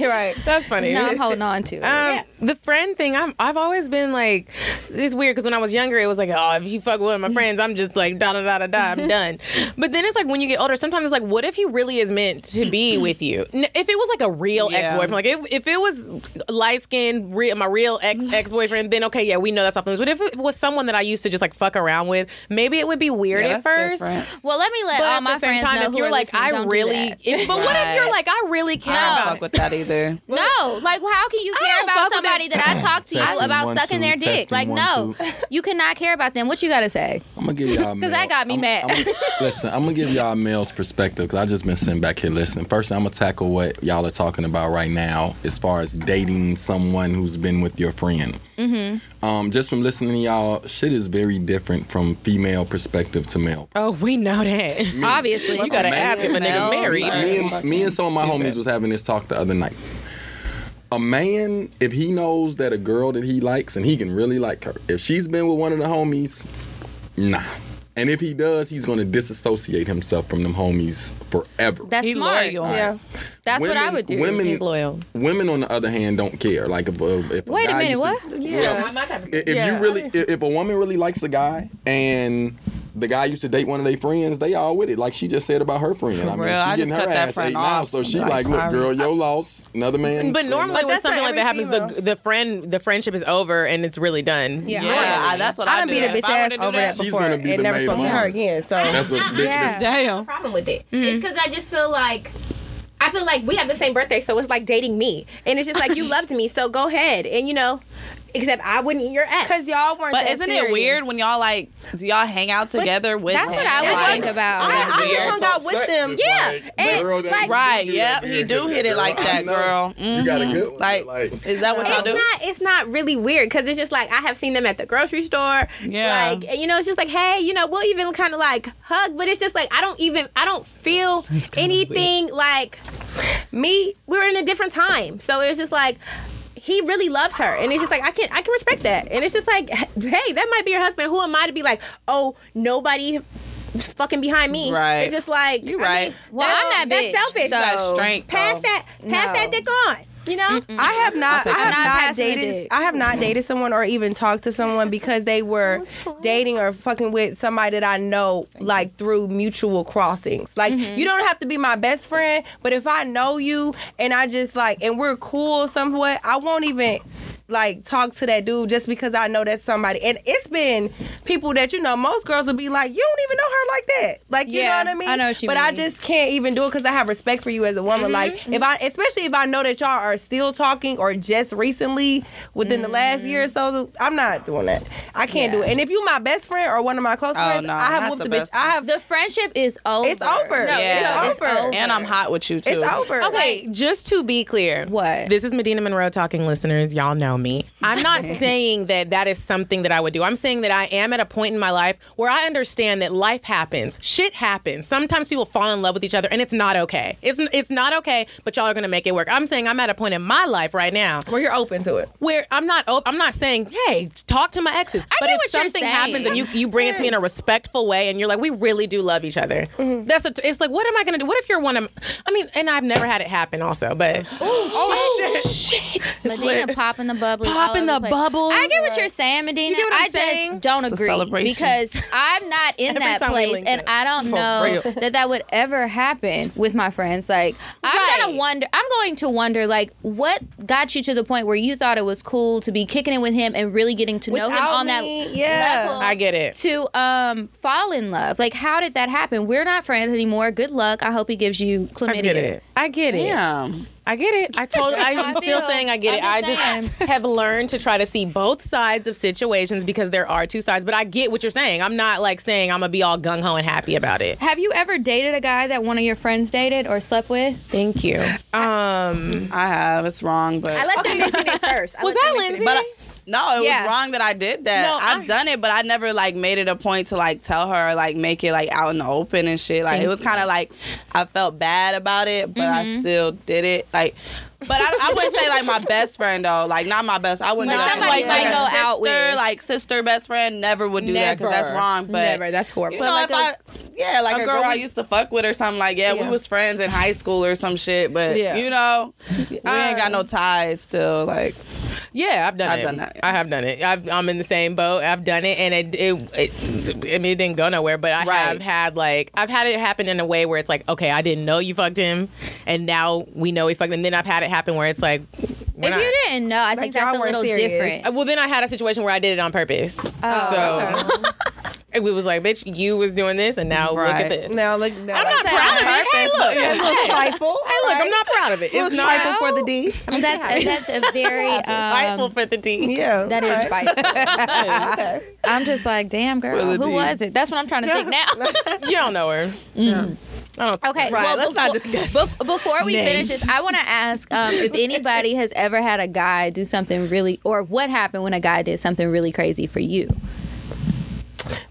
You're right. That's funny. No, I'm holding on to it. Um, The friend thing, I'm, I've always been like, it's weird because when I was younger, it was like, oh, if you fuck with one of my friends, I'm just like, da da da da da, I'm done. But then it's like when you get older, sometimes it's like, what if he really is meant to be with you? N- If it was like a real Yeah. ex boyfriend, like if, if it was light skinned, real, my real ex ex boyfriend, then okay, yeah, we know that's off limits. But if it was someone that I used to just like fuck around with, maybe it would be weird Yeah, that's at first. different. Well, let me let But all at the my same friends time, know if who you're are like, listening, I don't do really- that. if- but what if you're like, I really care I about don't fuck with that either. No, like how can you care about somebody that I talk to you Testing about one, sucking two, their dick? testing Like, one, no, you cannot care about them. What you gotta say? I'm gonna give y'all. Because that got me mad. Listen, I'm gonna give y'all male's perspective because I just been sitting back here listening. First, I'm gonna tackle what y'all are talking about right now, as far as dating someone who's been with your friend. Mm-hmm. Um, just from listening to y'all, shit is very different from female perspective to male. Oh, we know that. Obviously, you gotta ask if a nigga's married. Me and, me and some of my homies was having this talk the other night. A man, if he knows that a girl that he likes and he can really like her, if she's been with one of the homies, nah. And if he does, he's gonna disassociate himself from them homies forever. That's smart. Yeah, that's what I would do. Women, Women, on the other hand, don't care. Like if, a- if a Wait a guy minute, used to- what? Yeah. I- If you really, if if a woman really likes a guy and the guy used to date one of their friends. They all with it, like she just said about her friend. I mean, real, she I getting just her cut that ass friend ate now, off. so she I'm like, look, sorry. girl, your loss. Another man. But normally, when something like that happens, the the friend the friendship is over and it's really done. Yeah. Yeah, I- that's what I done do. beat If I would've do that, She's gonna be the maid of honor. again. So That's a big- Yeah. Damn. problem with it. Mm-hmm. It's because I just feel like. I feel like we have the same birthday, so it's like dating me, and it's just like you loved me, so go ahead, and you know, except I wouldn't eat your ass because y'all weren't. But isn't it weird when y'all like do y'all hang out together with? that's him? what I would Like, think about. that's I- I weird. hung out with Talk sex them. is Yeah. like, And, girl, that- like- right. you do that, Yep. girl, He do do hit it like that, girl. Mm-hmm. You got a good one. Like, is that what y'all it's do? Not, it's not really weird because it's just like I have seen them at the grocery store. Yeah. Like, and, you know, it's just like, hey, you know, we'll even kind of like hug, but it's just like, I don't even, I don't feel anything like me. We were in a different time. So it was just like, he really loves her, and it's just like I can I can respect that, and it's just like, hey, that might be your husband. Who am I to be like, oh, nobody fucking behind me? Right. It's just like you right. Well, I'm not bitch, You selfish. got strength, Pass though. that, pass No. that dick on. You know, I have not. I I'll take it. have not Passing the dated. dick. I have not dated someone or even talked to someone because they were dating or fucking with somebody that I know, like through mutual crossings. Like you don't have to be my best friend, but if I know you and I just like and we're cool somewhat, I won't even. Like talk to that dude just because I know that's somebody, and it's been people that you know. Most girls will be like, "You don't even know her like that," like you Yeah, know what I mean. I know what you but I mean. just just can't even do it because I have respect for you as a woman. Mm-hmm, Like if I, especially if I know that y'all are still talking or just recently within the last year or Mm-hmm. so, I'm not doing that. I can't do it. And if you my best friend or one of my close Oh, friends, no, I have not whooped the, the bitch. best I have the friendship is over. It's over. No, Yeah. it's, it's over. And I'm hot with you too. Okay, just to be clear, what this is Medina Monroe talking, listeners. Y'all know me. I'm not saying that that is something that I would do. I'm saying that I am at a point in my life where I understand that life happens, shit happens. Sometimes people fall in love with each other, and it's not okay. It's it's not okay. But y'all are gonna make it work. I'm saying I'm at a point in my life right now where you're open to it. Where I'm not. Op- I'm not saying hey, talk to my exes. but get if what you're something saying. happens and you you bring it to me in a respectful way, and you're like, we really do love each other. That's a, it's like, what am I gonna do? What if you're one of? I mean, and I've never had it happen. Also, but Oh, shit. Medina popping the bubbles. all Popping over the place. bubbles. I get what you're saying, Medina. You get what I'm I saying? just don't It's a agree celebration. because I'm not in Every that time we place link and up. I don't For know real. that that would ever happen with my friends. Like I'm gonna wonder I'm going to wonder like what got you to the point where you thought it was cool to be kicking it with him and really getting to know him Without on me, that yeah. level I get it. to um fall in love. Like how did that happen? We're not friends anymore. Good luck. I hope he gives you chlamydia. I get it. I get it. Damn. I get it. I totally. I'm I still feel. saying I get it. I I'm just just have learned to try to see both sides of situations because there are two sides. But I get what you're saying. I'm not like saying I'm gonna be all gung ho and happy about it. Have you ever dated a guy that one of your friends dated or slept with? Thank you. Um, I have. It's wrong, but I let them mention it first. was that Lindsay? But I, no, it Yeah. was wrong that I did that. No, I've done it, but I never like made it a point to like tell her, or, like make it like out in the open and shit. Like Thank it was you. kind of like I felt bad about it, but I Mm-hmm. Mhm. still did it. Like, but I, I wouldn't say like my best friend though. Like not my best. I wouldn't Like, do that. somebody like, you a go sister, out with. like sister, best friend, never would do that because that's Never. wrong. But Never. That's horrible. You But know, like if I yeah, like a a, girl, girl I we- used to fuck with or something. Like yeah, we was friends in high school or some shit. But Yeah. you know, we ain't Uh, got no ties still. Like. Yeah, I've done I've it. done that, I have done it. I've, I'm in the same boat. I've done it, and it, it, it I mean, it didn't go nowhere. But I have had like I've had it happen in a way where it's like, okay, I didn't know you fucked him, and now we know he fucked. him. And then I've had it happen where it's like, we're If not- you didn't know, I think that's a little different. Uh, Well, then I had a situation where I did it on purpose. Oh, so. We was like, bitch, you was doing this, and now look at Right. this. Now look, now I'm not proud of it. Hey, look, a little spiteful. Hey, look, I'm not proud of it. Little It's not spiteful for the D. That's a, that's a very um, Spiteful for the D. Yeah, that is spiteful. I'm just like, damn girl, For who the D. was it? That's what I'm trying to think now. you don't know her. I don't- Okay, well, before, bef- before we finish Names. this, I want to ask um, if anybody has ever had a guy do something really, or what happened when a guy did something really crazy for you.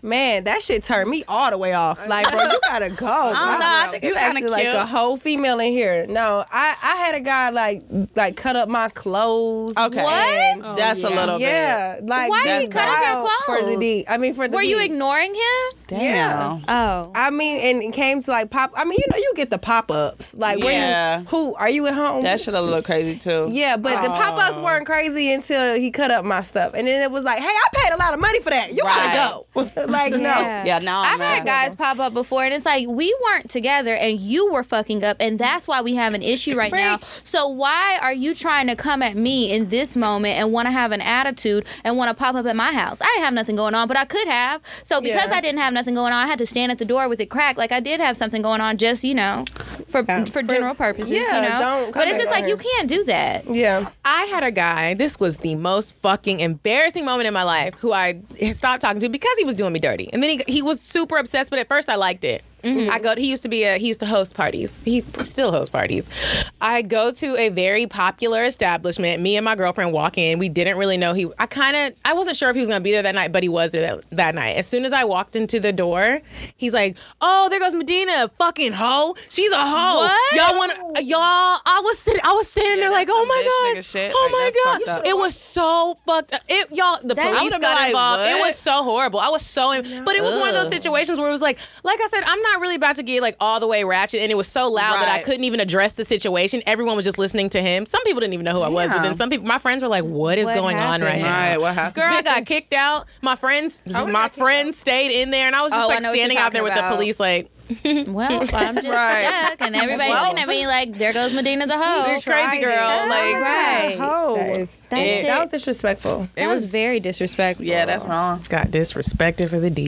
Man, that shit turned me all the way off. Like, bro, you gotta go. I don't bro. know. I think you it's kinda acting like cute. a whole female in here. No, I, I had a guy like like cut up my clothes. Okay. What? and- Oh, That's a yeah. little bit. Yeah, like Why did he that's cut up your wild for the clothes? D? I mean, for the Were you D. ignoring him? Yeah. Oh. I mean, and it came to like pop. I mean, you know, you get the pop ups. Like, Yeah. when, who are you at home? um, That should a little crazy too. Yeah, but the pop ups weren't crazy until he cut up my stuff, and then it was like, "Hey, I paid a lot of money for that. You gotta go." Like, no. Yeah, no, I've no. had guys pop up before, and it's like we weren't together, and you were fucking up, and that's why we have an issue right now. So why are you trying to come at me in this moment and want to have an attitude and want to pop up at my house? I didn't have nothing going on, but I could have. So because Yeah. I didn't have nothing going on, I had to stand at the door with it cracked, like I did have something going on, just you know, for for general purposes. yeah, you know? don't come But it's back just on like you here. can't do that. Yeah. I had a guy, this was the most fucking embarrassing moment in my life, who I stopped talking to because he was doing me dirty. And then he, he was super obsessed, but at first I liked it. I go. He used to be a. He used to host parties. He still hosts parties. I go to a very popular establishment. Me and my girlfriend walk in. We didn't really know he. I kind of. I wasn't sure if he was gonna be there that night, but he was there that, that night. As soon as I walked into the door, he's like, "Oh, there goes Medina, fucking hoe. She's a hoe. What? Y'all want Uh, y'all? I was sitting. I was standing there like, oh bitch my god, nigga shit. oh Like, that's my fucked god. up. It was so fucked up. It y'all. The That's- I police would've got been like, involved. It what? was so horrible. I was so. em- But it was one of those Ugh. situations where it was like, like I said, I'm not really about to get like all the way ratchet, and it was so loud that I Right. couldn't even address the situation. Everyone was just listening to him. Some people didn't even know who I was, but then Damn. some people, my friends were like, what is What going on right happened? now? Right, what happened? Girl, I got kicked out. My friends, Oh, my friends stayed in there, and I was just Oh, I like know what you're standing out there talking with the about. police, like. well, I'm just stuck, and everybody's Well. looking at me like, "There goes Medina the hoe." You're crazy, girl. Like, right? Oh, That is- that shit- that was disrespectful. That was very disrespectful. Yeah, that's wrong. Got disrespected for the D.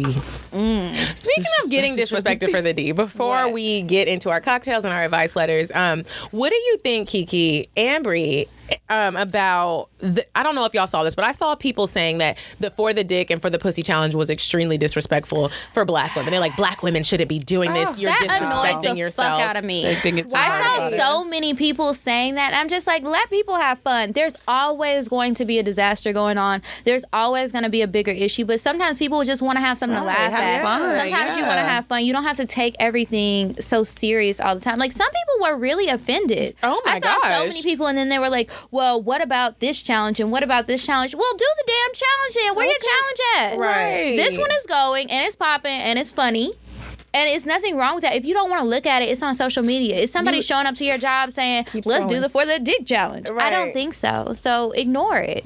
Mm. Speaking of getting disrespected for the D, before we get into our cocktails and our advice letters, um, what do you think, Kiki and Bree, um, about? The, I don't know if y'all saw this, but I saw people saying that the for the dick and for the pussy challenge was extremely disrespectful for black women. They're like, black women shouldn't be doing this. You're Oh, that disrespecting annoyed the yourself. Fuck out of me. They think it's I hard saw about it. so many people saying that. I'm just like, let people have fun. There's always going to be a disaster going on. There's always going to be a bigger issue. But sometimes people just want to have something to Right, laugh have at. fun, sometimes you yeah. want to have fun. You don't have to take everything so serious all the time. Like some people were really offended. Oh my I saw so gosh. many people, and then they were like, well, what about this challenge and what about this challenge? Well, do the damn challenge then. Where your challenge at? Right. This one is going and it's popping and it's funny. And it's nothing wrong with that. If you don't want to look at it, it's on social media. It's somebody You- showing up to your job saying, "Let's do going. the for the dick challenge." I don't Right. think so. So ignore it.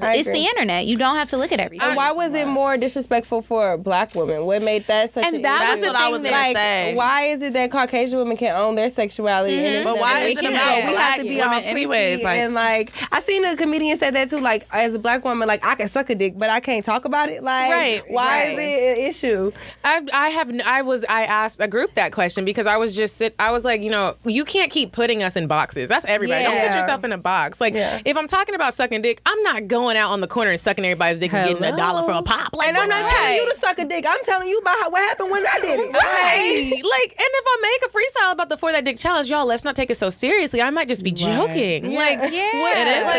I it's agree. the internet. You don't have to look at everything. And why was it more disrespectful for black women? What made that such? And an that was issue? the That's what I thing was gonna that- like, say. Why is it that Caucasian women can own their sexuality? Mm-hmm. and it's But nothing why that is we it can about do? We have to black be women all anyways? prissy Like- and like, I seen a comedian said that too. Like, as a black woman, like I can suck a dick, but I can't talk about it. Like, Right, why right. is it an issue? I, I have n- I was I asked a group that question because I was just sit I was like you know you can't keep putting us in boxes that's everybody don't put Yeah. yourself in a box like Yeah. if I'm talking about sucking dick I'm not going out on the corner and sucking everybody's dick and getting a dollar for a pop like and I'm not what- telling you to suck a dick. I'm telling you about how, what happened when I did it. Right. like, and if I make a freestyle about the for that dick challenge, y'all, let's not take it so seriously. I might just be joking. Like, what- like- it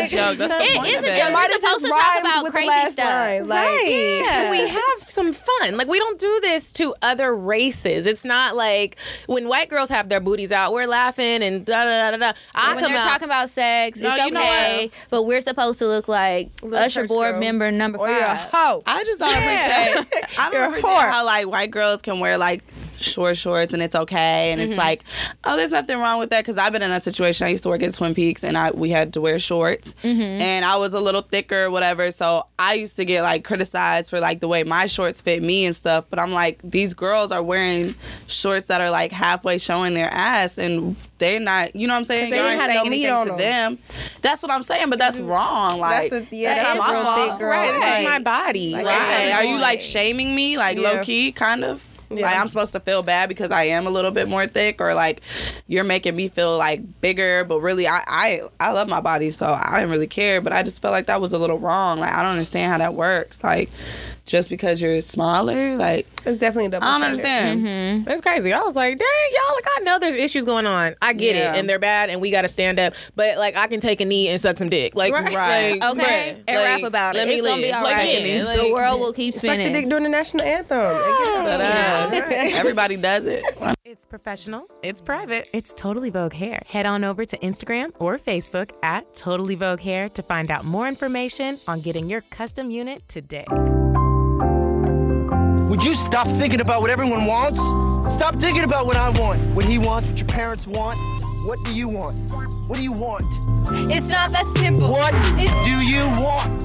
is a joke. might You're have supposed just to talk rhymed about with the crazy last stuff. line, like- right. Yeah. We have some fun. Like we don't do this to other races. It's not like when white girls have their booties out, we're laughing and da da da da. da. I And when come they're out. talking about sex, No, it's you know what? okay. But we're supposed to look like Usher board member number five. I just don't appreciate. I don't appreciate how like white girls can wear like short shorts and it's okay and it's Mhm. like oh there's nothing wrong with that because I've been in that situation. I used to work at Twin Peaks and I we had to wear shorts Mm-hmm. Mm-hmm. Mhm. and I was a little thicker whatever so I used to get like criticized for like the way my shorts fit me and stuff but I'm like these girls are wearing shorts that are like halfway showing their ass and they're not you know what I'm saying They Y'all didn't ain't have no saying meat anything on to them. Mm-hmm. them that's what I'm saying but that's wrong like That's a- yeah, that's not a my real fault. thick girl. Right, this is Right. my body. Like, right. that's Are the you like shaming me, like Yeah. low key, kind of? Yeah. Like I'm supposed to feel bad because I am a little bit more thick, or like you're making me feel like bigger, but really I I, I love my body, so I didn't really care. But I just felt like that was a little wrong. Like I don't understand how that works. Like just because you're smaller, like it's definitely double. I don't understand. Mm-hmm. That's crazy. I was like, dang, y'all, like, I know there's issues going on. I get Yeah. it. And they're bad, and we got to stand up. But, like, I can take a knee and suck some dick. Like, Right. like, Okay. bruh, And like, rap about it. let me It's gonna be live. all Like, right. yeah, The like- world will keep Suck the spinning. dick during the national anthem. And get it on. Everybody does it. It's professional, it's private, it's Totally Vogue Hair. Head on over to Instagram or Facebook at Totally Vogue Hair to find out more information on getting your custom unit today. Would you stop thinking about what everyone wants? Stop thinking about what I want, what he wants, what your parents want. What do you want? What do you want? It's not that simple. What do you want?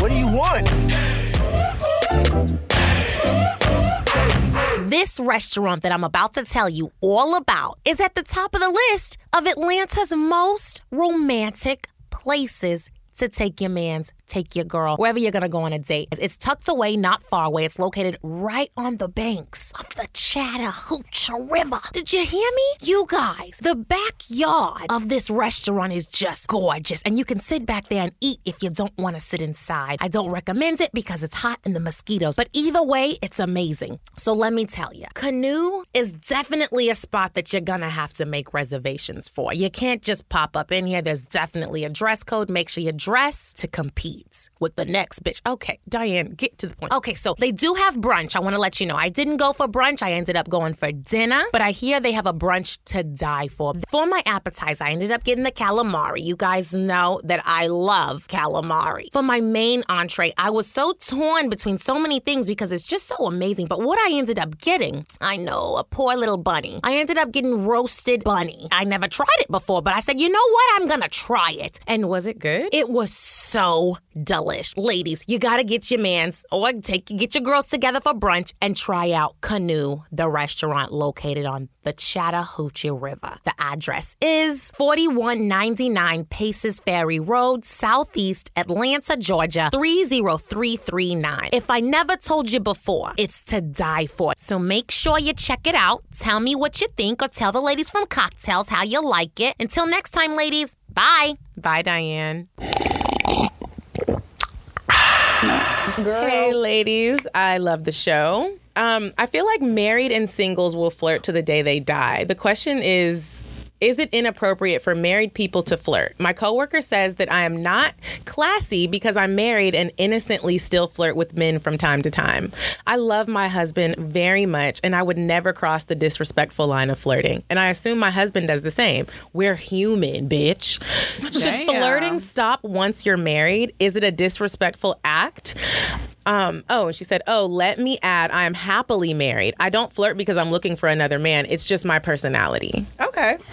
What do you want? This restaurant that I'm about to tell you all about is at the top of the list of Atlanta's most romantic places to take your man's, take your girl, wherever you're gonna go on a date. It's tucked away, not far away. It's located right on the banks of the Chattahoochee River. Did you hear me? You guys, the backyard of this restaurant is just gorgeous, and you can sit back there and eat if you don't wanna sit inside. I don't recommend it because it's hot and the mosquitoes, but either way, it's amazing. So let me tell you, Canoe is definitely a spot that you're gonna have to make reservations for. You can't just pop up in here. There's definitely a dress code. Make sure you dress to compete with the next bitch. Okay, Diane, get to the point. Okay, so they do have brunch. I wanna let you know. I didn't go for brunch, I ended up going for dinner, but I hear they have a brunch to die for. For my appetizer, I ended up getting the calamari. You guys know that I love calamari. For my main entree, I was so torn between so many things because it's just so amazing. But what I ended up getting, I know, a poor little bunny. I ended up getting roasted bunny. I never tried it before, but I said, you know what? I'm gonna try it. And was it good? It was so delish. Ladies, you gotta get your mans or take get your girls together for brunch and try out Canoe, the restaurant located on the Chattahoochee River. The address is 4199 Paces Ferry Road, Southeast Atlanta, Georgia 30339. If I never told you before, it's to die for. So make sure you check it out. Tell me what you think or tell the ladies from Cocktails how you like it. Until next time, ladies, bye. Bye, Diane. Hey, ladies, I love the show. Um, I feel like married and singles will flirt to the day they die. The question is is it inappropriate for married people to flirt? My coworker says that I am not classy because I'm married and innocently still flirt with men from time to time. I love my husband very much and I would never cross the disrespectful line of flirting. And I assume my husband does the same. We're human, bitch. Should flirting stop once you're married? Is it a disrespectful act? Um, oh, and she said, Oh, let me add, I am happily married. I don't flirt because I'm looking for another man. It's just my personality. Okay. I think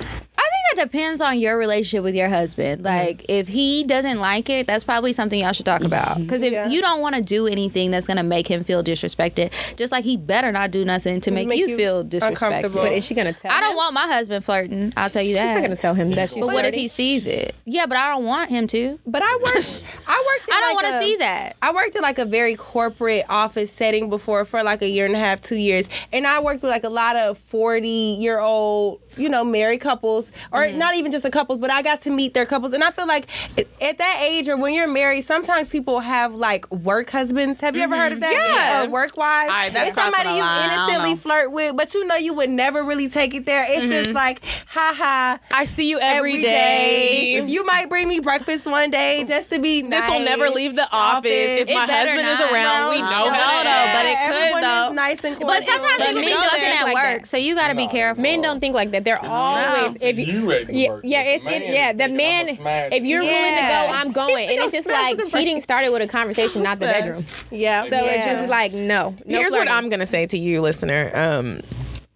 that depends on your relationship with your husband. Mm-hmm. Like, if he doesn't like it, that's probably something y'all should talk about. Mm-hmm. Because if you don't want to do anything that's going to make him feel disrespected, just like he better not do nothing to make, you, feel disrespected. But is she gonna tell? I don't want my husband flirting. I'll tell you that. She's not gonna tell him that she's But what if flirting. he sees it? Yeah, but I don't want him to. But I worked. I worked. I don't like want to a- see that. I worked in like a very corporate office setting before for like a year and a half, two years, and I worked with like a lot of forty-year-old, you know, married couples, or Mm-hmm. not even just the couples, but I got to meet their couples, and I feel like at- at that age or when you're married, sometimes people have like work husbands. Have you ever heard of Mhm. that? Yeah. Or work wives. All right, that's it's somebody crossing the you line. I don't innocently know. flirt with, but you know you would never really take it there. It's just Mhm. like, ha ha. I see you every day. You might bring me breakfast one day just to be This will never leave the office. If my husband is around, we know no, how it no, is. but it could Everyone though. is nice and But sometimes But people be men don't looking think at like work, so you got to be careful. Men don't think like that. They're always if You at yeah, work, yeah, but it's the it, man yeah. The man, smash if you're you. willing to Yeah. go, I'm going. And it's just like cheating started with a conversation, not the Smash. bedroom. Yeah. So it's just like no. no Here's flirting. what I'm gonna say to you, listener. Um,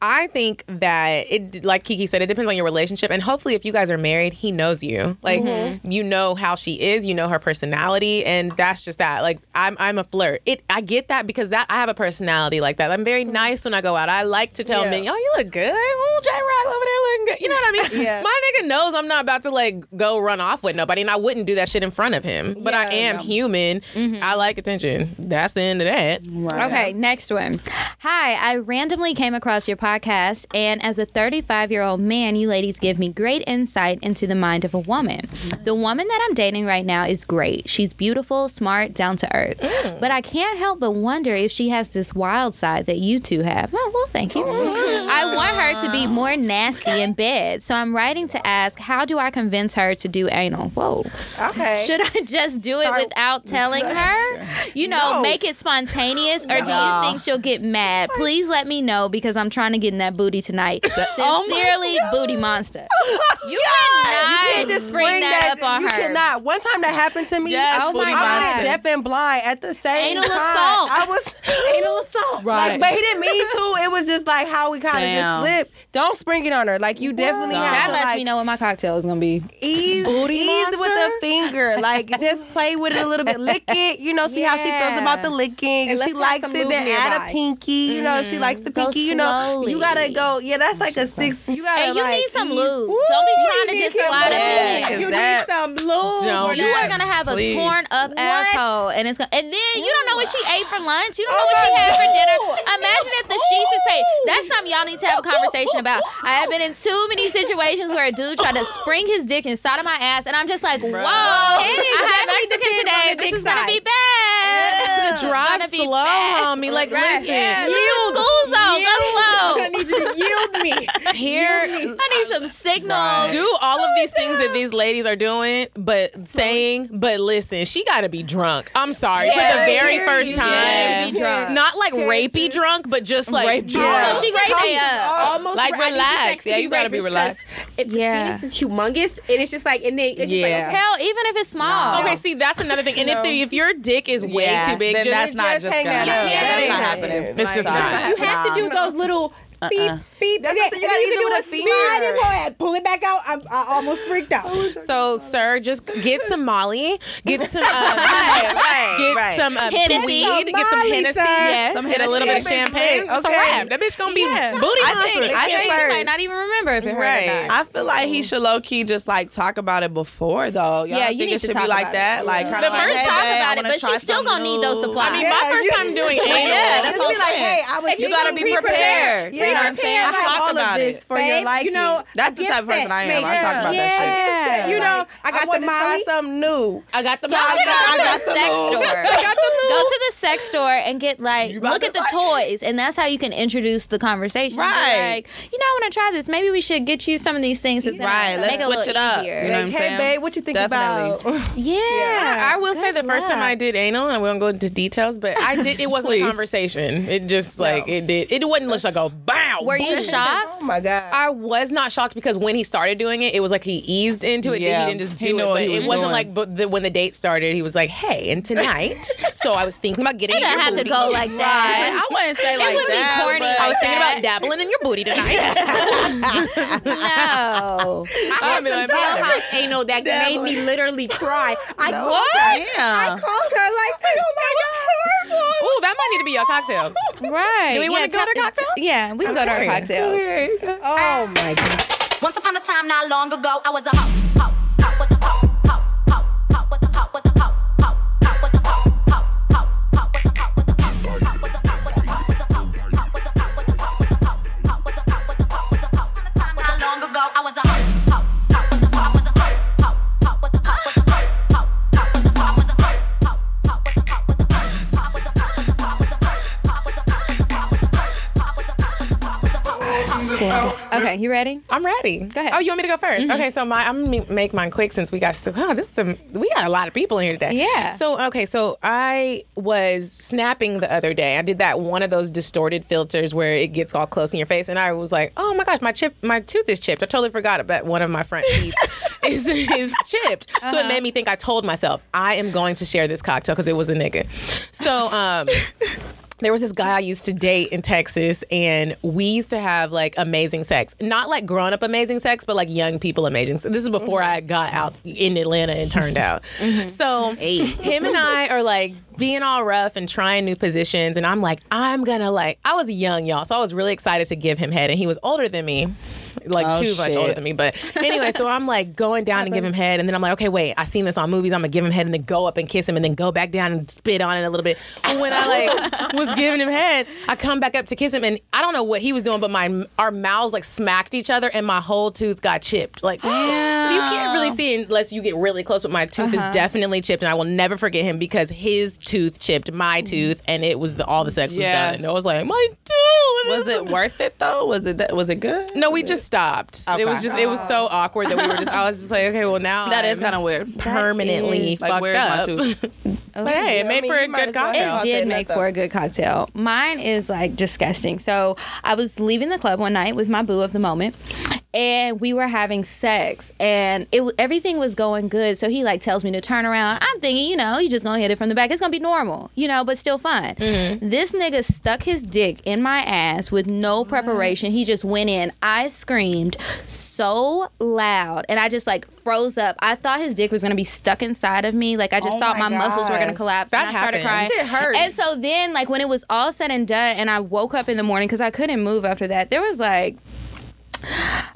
I think that it, like Kiki said, it depends on your relationship, and hopefully, if you guys are married, he knows you. Like, Mhm. you know how she is, you know her personality, and that's just that. Like, I'm I'm a flirt. It I get that because that I have a personality like that. I'm very nice when I go out. I like to tell Yeah. men, "Oh, you look good. Oh, J Rock over there looking good." You know what I mean? Yeah. My nigga knows I'm not about to like go run off with nobody, and I wouldn't do that shit in front of him. But I Yeah, am no. human. I like attention. That's the end of that. Right. Okay, next one. Hi, I randomly came across your podcast, and as a 35 year old man, you ladies give me great insight into the mind of a woman. The woman that I'm dating right now is great. She's beautiful, smart, down to earth. But I can't help but wonder if she has this wild side that you two have. Oh, well, thank you. I want her to be more nasty in bed, so I'm writing to ask how do I convince her to do anal? Whoa. Okay. Should I just do it without telling her? You know, No. make it spontaneous, or do you No. think she'll get mad? Please let me know because I'm trying to get in that booty tonight. Oh my Sincerely, Booty Monster. You cannot can't just bring spring that up on you her. cannot. One time that happened to me. Yes, I Oh my was God. deaf and blind at the same Anal time. assault. I was anal assault. Like, but he didn't mean to. It was just like how we kind of Damn. just slipped. Don't spring it on her. Like you definitely have that to lets like me know what my cocktail is gonna be. ease, Booty ease with monster? a finger. Like just play with it a little bit. Lick it. You know, see how she feels about the licking. And If she let's have likes some it, lube then add nearby. a pinky. You know, if she likes the Mm-hmm. Go pinky. You know, slowly. you gotta go. Yeah, that's like a six. You gotta And you like need some ease. lube. Don't be Ooh, trying you to need just some slide it lube. in. You That- need some lube. you are gonna have a Please. torn up What? asshole, and it's gonna. And then you don't know what she ate for lunch. You don't know Oh what she my had for God. dinner. Imagine if the sheets is paid. That's something y'all need to have a conversation about. I have been in too many situations where a dude tried to spring his dick inside of my ass, and I'm just like, whoa! I had exactly Mexican depends on today. This the dick is gonna be size. bad. The drive Gonna be slow, bad. homie. Like, Right. listen. Yeah, this is school zone. Go Yield. slow. I need you to yield me. Here, Yield me. I need some signals. do all of these things that these ladies are doing, but saying, but listen, she got to be drunk. I'm sorry for the Yeah, very period. first You time, gotta be drunk. not like rapey drunk, but just like Rape drunk. drunk. So she can stay up. Almost Like, ra- I think it's relax. sexy Yeah, to you gotta be rapish 'cause relaxed. If Yeah. the penis is humongous, and it's just like, and then it's Yeah. just like, hell, even if it's small. Okay, see that's another thing. And if No. the, if your dick is way Yeah, too big, then just, that's not just just hang gonna- that yeah, up. that's Yeah. not happening. It's just Like, not. Uh-uh. you have to do those little beep, beep. That's what I said, you and gotta then either do do a a smear. finger. in your head. Pull it back out. I'm, I almost freaked out. So, sir, just get some Molly, get some, uh, Right, right, get right. some uh, Hennessy. weed, Some get some Molly, Hennessy, sir. yes. Some get a little bit of Hennessy. champaign. It's a Okay. wrap. That bitch gonna be booty I monster. think- I think- she might not even remember if it hurt or not. I feel like he should low key just like talk about it before though. Y'all Yeah, don't you think need it to should talk be like about that. it. Like Yeah. kind But of like, first hey, talk about babe, I it, wanna but she try still something gonna need those new. supplies. I mean, my Yeah, first you- time doing Yeah, anal. that's what I'm saying. you gotta be prepared. Yeah, you know what I'm saying? I have Talk all of about this it. for your life. You know, That's the type of person I am. I talk about that shit. that shit. You know, I got the Molly. Something new. I got the Go I to the, got- I got the sex lube. store. I got the Go to the sex store and get like look at the toys, and that's how you can introduce the conversation. Be Right. Like, you know, I want to try this. Maybe we should get you some of these things. That's gonna Right, let's Make it a switch little it up. Easier. You know what I'm Like, hey, saying? babe, what you think Definitely. about? Yeah. I will say the first time I did anal, and we won't go into details, but I did. It wasn't a Please. conversation. It just like it did. It wasn't just like a bow. Were you shocked? Oh my god! I was not shocked because when he started doing it, it was like he eased into it. Yeah. Yeah. He didn't just do He it. knew what But he it was wasn't doing. like but the, when the date started, he was like, "Hey, and tonight." so I was thinking about getting. It in don't your have to booty. go like that. Right. I wouldn't say It like wouldn't be that. corny but I was like thinking that. about dabbling in your booty tonight. No. I had mean, some like, whatever. jailhouse anal that made me literally cry. I No. called her. What? Yeah. I called her like, oh my god, Ooh, that might need to be your cocktail. Right. Do we want Yeah, to go tell- to cocktails? Yeah, we can go to our cocktails. Ah. Oh my god. Once upon a time, not long ago, I was a hoe. Hoe, hoe, was a hoe. Hoe, hoe, hoe, was a hoe, was a hoe. Hoe, hoe, was a hoe. Hoe, hoe, hoe, was a hoe, was a hoe. Hoe, was a hoe, was a hoe, was a hoe. Hoe, was a hoe, was a hoe, was a hoe. Hoe, was a hoe, was a hoe, was a hoe. Once upon a time, not long ago, I was a hoe. Hoe, hoe, was a hoe, was a hoe. Hoe, hoe, was a hoe, was a hoe. Hoe, hoe, was a hoe, was a hoe. Hoe, hoe, was a hoe, was a hoe. Hoe, was a hoe, was a hoe, was a hoe. Hoe, was a hoe, was a hoe, was a hoe. Hoe, was a hoe, was a hoe, was a hoe. Hoe, was a hoe. Okay, you ready? I'm ready. Go ahead. Oh, you want me to go 1st Mhm. Okay, so my I'm gonna make mine quick since we got so huh, this is the we got a lot of people in here today. Yeah. So okay, so I was snapping the other day. I did that one of those distorted filters where it gets all close in your face, and I was like, oh my gosh, my chip, my tooth is chipped. I totally forgot about one of my front teeth. Is, is chipped. So it Uh-huh. made me think I told myself, I am going to share this cocktail because it was a nigga. So um there was this guy I used to date in Texas, and we used to have like amazing sex. Not like grown up amazing sex, but like young people amazing. So this is before Mm-hmm. I got out in Atlanta and turned out. So him and I are like being all rough and trying new positions, and I'm like, I'm gonna like. I was young, y'all, so I was really excited to give him head, and he was older than me, like Oh, too much shit. older than me. But anyway, so I'm like going down and give him head, and then I'm like, okay, wait, I seen this on movies. I'm gonna give him head and then go up and kiss him, and then go back down and spit on it a little bit. And when I like was giving him head, I come back up to kiss him, and I don't know what he was doing, but my our mouths like smacked each other, and my whole tooth got chipped. Like you can't really see unless you get really close. But my tooth Uh-huh. is definitely chipped, and I will never forget him because his tooth chipped my tooth, and it was the all the sex Yeah. was done. And I was like, my tooth. Was it worth it though? Was it that, was it good? No, we just stopped. It was Okay. just it was so awkward that we were just I was just like, okay, well now That I'm is kinda weird. Permanently That is- Like, fucked where's my up. tooth? but hey, it made for a good cocktail. It did make for a good cocktail. Mine is like disgusting. So I was leaving the club one night with my boo of the moment, and we were having sex and it w- everything was going good so he like tells me to turn around i'm thinking you know you just gonna hit it from the back it's gonna be normal you know but still fun Mm-hmm. this nigga stuck his dick in my ass with no preparation he just went in i screamed so loud and i just like froze up i thought his dick was gonna be stuck inside of me like i just Oh thought my my muscles were gonna gosh. collapse That and i started crying happens. Shit hurts. and so then like when it was all said and done and i woke up in the morning because i couldn't move after that there was like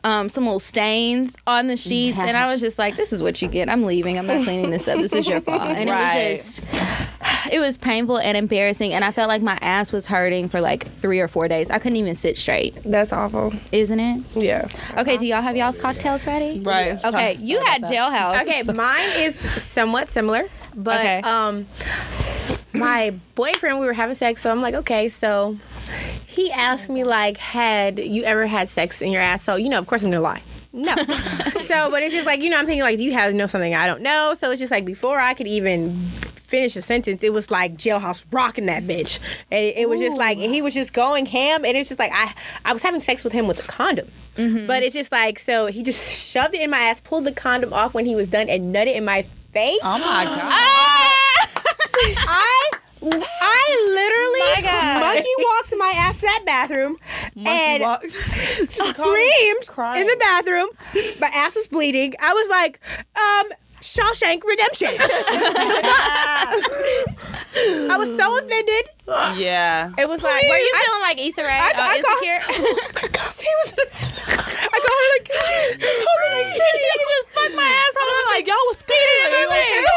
um, some little stains on the sheets, and I was just like, "This is what you get. I'm leaving. I'm not cleaning this up. This is your fault." And it Right. was just, it was painful and embarrassing, and I felt like my ass was hurting for like three or four days. I couldn't even sit straight. That's awful, isn't it? Yeah. Okay, do y'all have y'all's cocktails ready? Right. Okay, Sorry- you had jailhouse. Okay, mine is somewhat similar, but um, my boyfriend, we were having sex, so I'm like, okay, so he asked me like, had you ever had sex in your ass? So you know, of course, I'm gonna lie. No. so, but it's just like you know, I'm thinking like, do you have know something I don't know? So it's just like before I could even finish a sentence, it was like jailhouse rocking that bitch, and it, it was just like and he was just going ham, and it's just like I I was having sex with him with a condom, Mm-hmm. but it's just like so he just shoved it in my ass, pulled the condom off when he was done, and nutted in my face. Ah! Oh my God. I. I My literally God. monkey walked my ass to that bathroom and screamed in the bathroom. My ass was bleeding. I was like, um, Shawshank Redemption. I was so offended. Yeah. It was like, Were wait, you I- feeling like Oh, Issa Rae I, on I call- Insecure? He was. I got her like, hold on, I can't even fuck my asshole. I'm like, y'all was speeding in my way.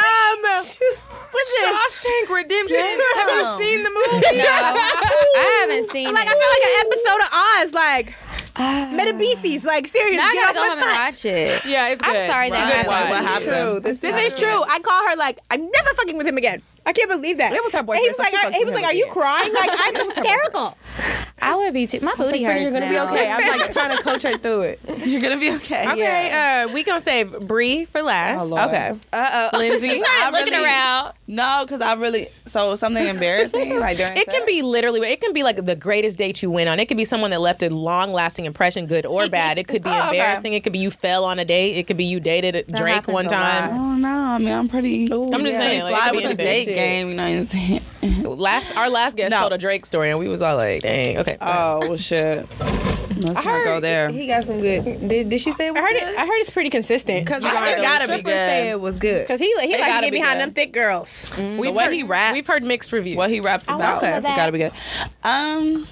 Um, what is this? Shawshank Redemption. Have you seen the movie? No, I haven't seen Like, I feel like an episode of Oz. Like, Metabeacies. Like, seriously, Now I get gotta off go my home and butt. watch it. Yeah, it's I'm good. sorry that Right. happened. What This is happened? true. This, is true. I call her like, I'm never fucking with him again. I can't believe that. It was her boyfriend. he was so like, she are, fucked he with was him like, are you again. crying? Like, I'm hysterical. I would be too. My booty Freddie, hurts. you're gonna be now. okay. I'm, like, trying to coach her through it. You're gonna be okay. Okay, uh, we gonna save Bree for Oh, last. Okay. Uh Lindsay, I really- No, because I really so something embarrassing like during. It can be literally. It can be like the greatest date you went on. It could be someone that left a long-lasting impression, good or bad. It could be Oh, okay. embarrassing. It could be you fell on a date. It could be you dated Drake one time. Oh no, I mean I'm pretty. I'm just saying, like, it fly could be with the anything. date game. You know what I'm saying? Last our last guest told a Drake story, and we was all like, "Dang, okay." Oh well, shit. Let's not go there. He got some good. Did, did she say? It was I heard it. I heard it's pretty consistent. Cause I heard gotta those be strippers good. say it was good. Cause he, he It like to gotta get be behind good. them thick girls. Mm. We've heard, he raps. We've heard mixed reviews. What he raps about. okay. it Gotta be good. Um,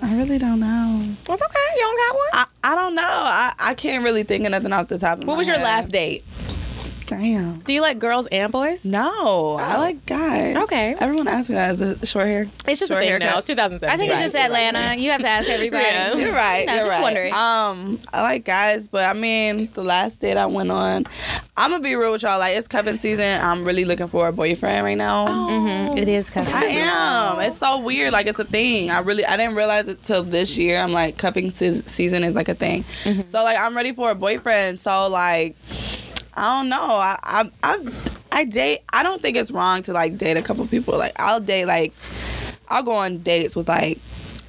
I really don't know. That's okay. You don't got one. I, I don't know. I, I can't really think of nothing off the top of What my was your head. last date? Damn. Do you like girls and boys? Oh. No, I like guys. Okay. Everyone asks me that. Is it short hair? It's just a Short thing haircut? now. It's 2017. I think it's just Atlanta. You have to ask everybody. Yeah, you're right. No, you're just right. wondering. Um, I like guys, but I mean, the last date I went on, I'm gonna be real with y'all. Like, it's cuffing season. I'm really looking for a boyfriend right now. Mm-hmm. It is cuffing. I am. It's so weird. Like, it's a thing. I really, I didn't realize it till this year. I'm like, cuffing se- season is like a thing. Mm-hmm. So like, I'm ready for a boyfriend. So like, I don't know. I, I, I, I date. I don't think it's wrong to like date a couple people. Like, I'll date like, I'll go on dates with like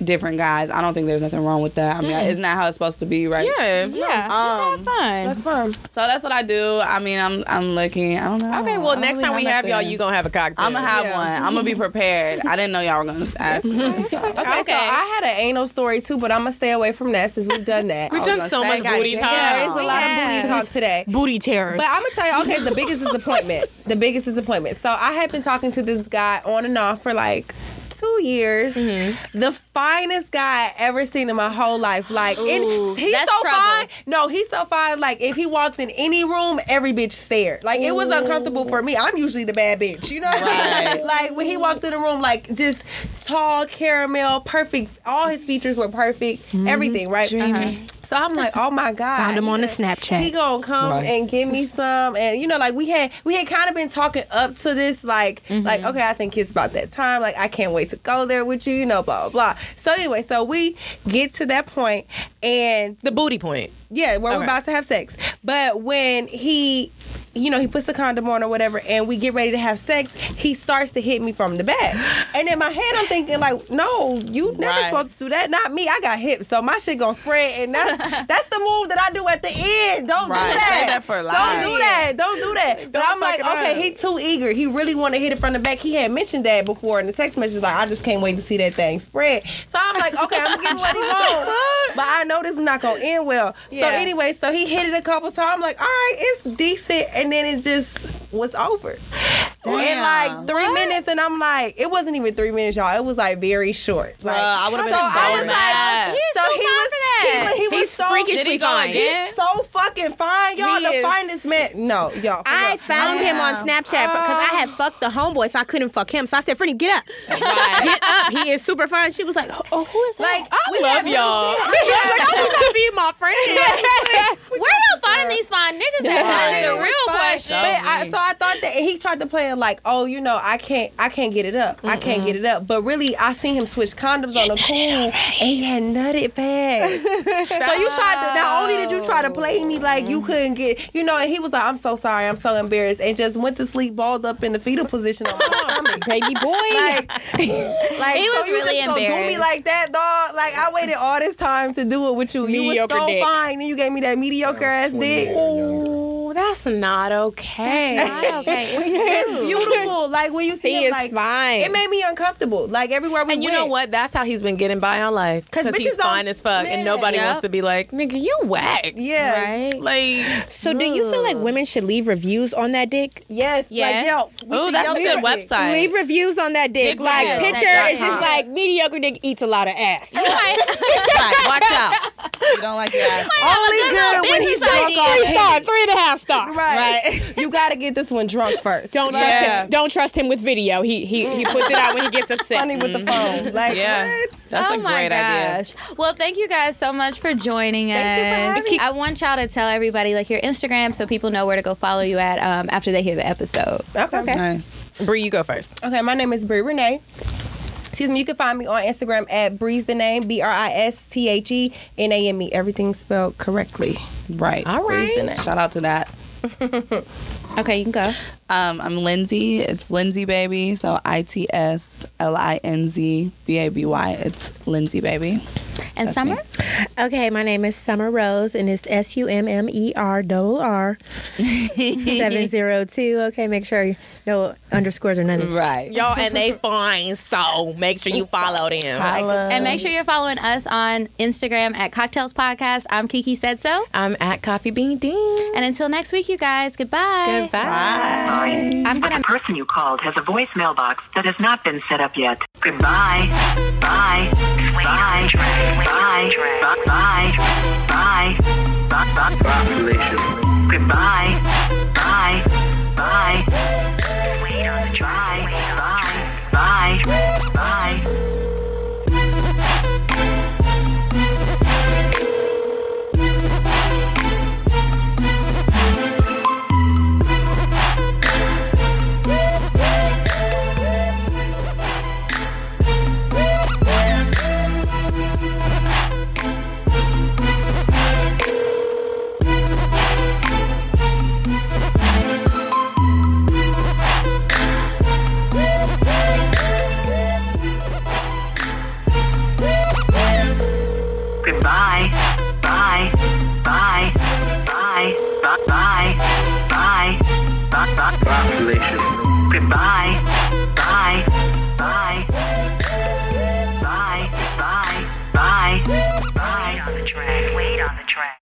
different guys. I don't think there's nothing wrong with that. I mean, Mm. isn't that how it's supposed to be, right? Yeah. Yeah. Um, fun. That's fun. So that's what I do. I mean, I'm I'm looking. I don't know. Okay, well, next time we have y'all, you gonna have a cocktail. I'm gonna have Yeah. one. I'm gonna be prepared. I didn't know y'all were gonna ask. me. Okay, so I had an anal story too, but I'm gonna stay away from that since we've done that. We've I done was so gonna much booty Oh, goddamn. talk. Yeah, it's a lot Yeah. of booty talk today. Booty terrors. But I'm gonna tell you, okay, the biggest disappointment. The biggest disappointment. So I had been talking to this guy on and off for like two years. Mm-hmm. The finest guy I ever seen in my whole life. Like, Ooh, and he's that's so trouble. fine. No, he's so fine. Like, if he walked in any room, every bitch stared. Like, it was uncomfortable for me. I'm usually the bad bitch. You know what I mean? Like when he walked in the room, like just tall caramel, perfect. All his features were perfect. Everything, right? Uh-huh. So I'm like, oh my god. Mm-hmm. Found him on the Snapchat. He gonna come Right. and give me some, and you know, like we had we had kind of been talking up to this, like Mm-hmm. like okay, I think it's about that time. Like I can't wait to go there with you, you know, blah blah blah. So anyway, so we get to that point, and the booty point. Yeah, where we're Okay. about to have sex. But when he you know, he puts the condom on or whatever, and we get ready to have sex. He starts to hit me from the back, and in my head, I'm thinking like, no, you never Right. supposed to do that. Not me. I got hips, so my shit gonna spread, and that's that's the move that I do at the end. Don't Right. do Save that. that for Don't do life. that. Don't do that. But Don't I'm like, fuck it okay, up. he too eager. He really want to hit it from the back. He had mentioned that before in the text message. Like, I just can't wait to see that thing spread. So I'm like, okay, I'm gonna get what he wants. But I know this is not gonna end well. Yeah. So anyway, so he hit it a couple times. I'm like, all right, it's decent. And then it just was over. In like three minutes, and I'm like, it wasn't even three minutes, y'all. It was like very short. Like, I would've been so so I was mad. like, He is so he fine was, for that. He, was- he was He's so freakishly Did he go fine. again? He's so fucking fine, y'all. He the is- finest man. No, y'all. for I real. Uh, found him on Snapchat because I had fucked the homeboy, so I couldn't fuck him. So I said, "Freddie, get up, get up." He is super fun. She was like, "Oh, who is that?" Like, we love y'all. I was like, "Be my Where friend." y'all finding these fine niggas at? That's the Right. real Fine. question. But I, so I thought that and he tried to play it like, oh, you know, I can't, I can't get it up, I can't get it up. But really, I seen him switch condoms on the cool, and he had nutted fast. so you tried to. Not only did you try to play me like Mm-hmm. you couldn't get, you know, and he was like, I'm so sorry, I'm so embarrassed, and just went to sleep, balled up in the fetal position on my stomach, baby boy. Like, like He so was you really just gonna do me embarrassed. like that, dog? Like I waited all this time to do it with you. You was Mediocre so dick. fine, and you gave me that mediocre ass dick. Oh, that's not okay. That's not okay. It's beautiful. Like when you see He him, is like fine. It made me uncomfortable. Like everywhere we And you went. know what? That's how he's been getting by on life. 'Cause Because he's bitches don't- fine as fuck, Yeah. and nobody Yep. wants to be like, nigga, you whack. Yeah. Right? Like, So, do you feel like women should leave reviews on that dick? Yes. Like, Yes. yo, Ooh, that's a good website. Leave reviews on that dick. Dick like, reviews. picture Yes. is just Uh-huh. like mediocre dick eats a lot of ass. watch out. You don't like that. Only good when he's drunk Three already. star, three and a half star. Right. you gotta get this one drunk first. Don't Like, trust him. Don't trust him with video. He he he puts it out when he gets upset. Mm-hmm. Funny with the phone. Like what? oh my gosh. Well, thank you guys so much for joining us. I want y'all to tell everybody like your Instagram so people know where to go follow you at um, after they hear the episode. Okay. Nice. Bree, you go first. Okay, my name is Bree Renee. Excuse me, you can find me on Instagram at Breeze the Name, B R I S T H E N A M E. Everything spelled correctly. Right. All right. Shout out to that. Okay, you can go. Um, I'm Lindsay. It's Lindsay Baby. So I T S L I N Z B A B Y. It's Lindsay Baby. And Summer? Okay, my name is Summer Rose, and it's S U M M E R double R seven zero two. Okay, make sure no underscores or nothing. Right, Y'all, and they fine, so make sure you follow them. And make sure you're following us on Instagram at Cocktails Podcast. I'm Kiki Said So. I'm at Coffee Bean Dean. And until next week, you guys, goodbye. Goodbye. I'm gonna. The person you called has a voicemail box that has not been set up yet. Goodbye. Bye. Bye. Bye. Bye. Bye. Bye. Bye. Bye. Population. Goodbye. Bye. Bye. Wait on the drive. Bye. Bye. Bye. Goodbye. Bye. Bye. Bye. Bye. Bye. Bye. Bye. Bye. Population. Goodbye. Bye. Bye. Bye. Bye. Bye. Bye. Wait on the track. Wait on the track.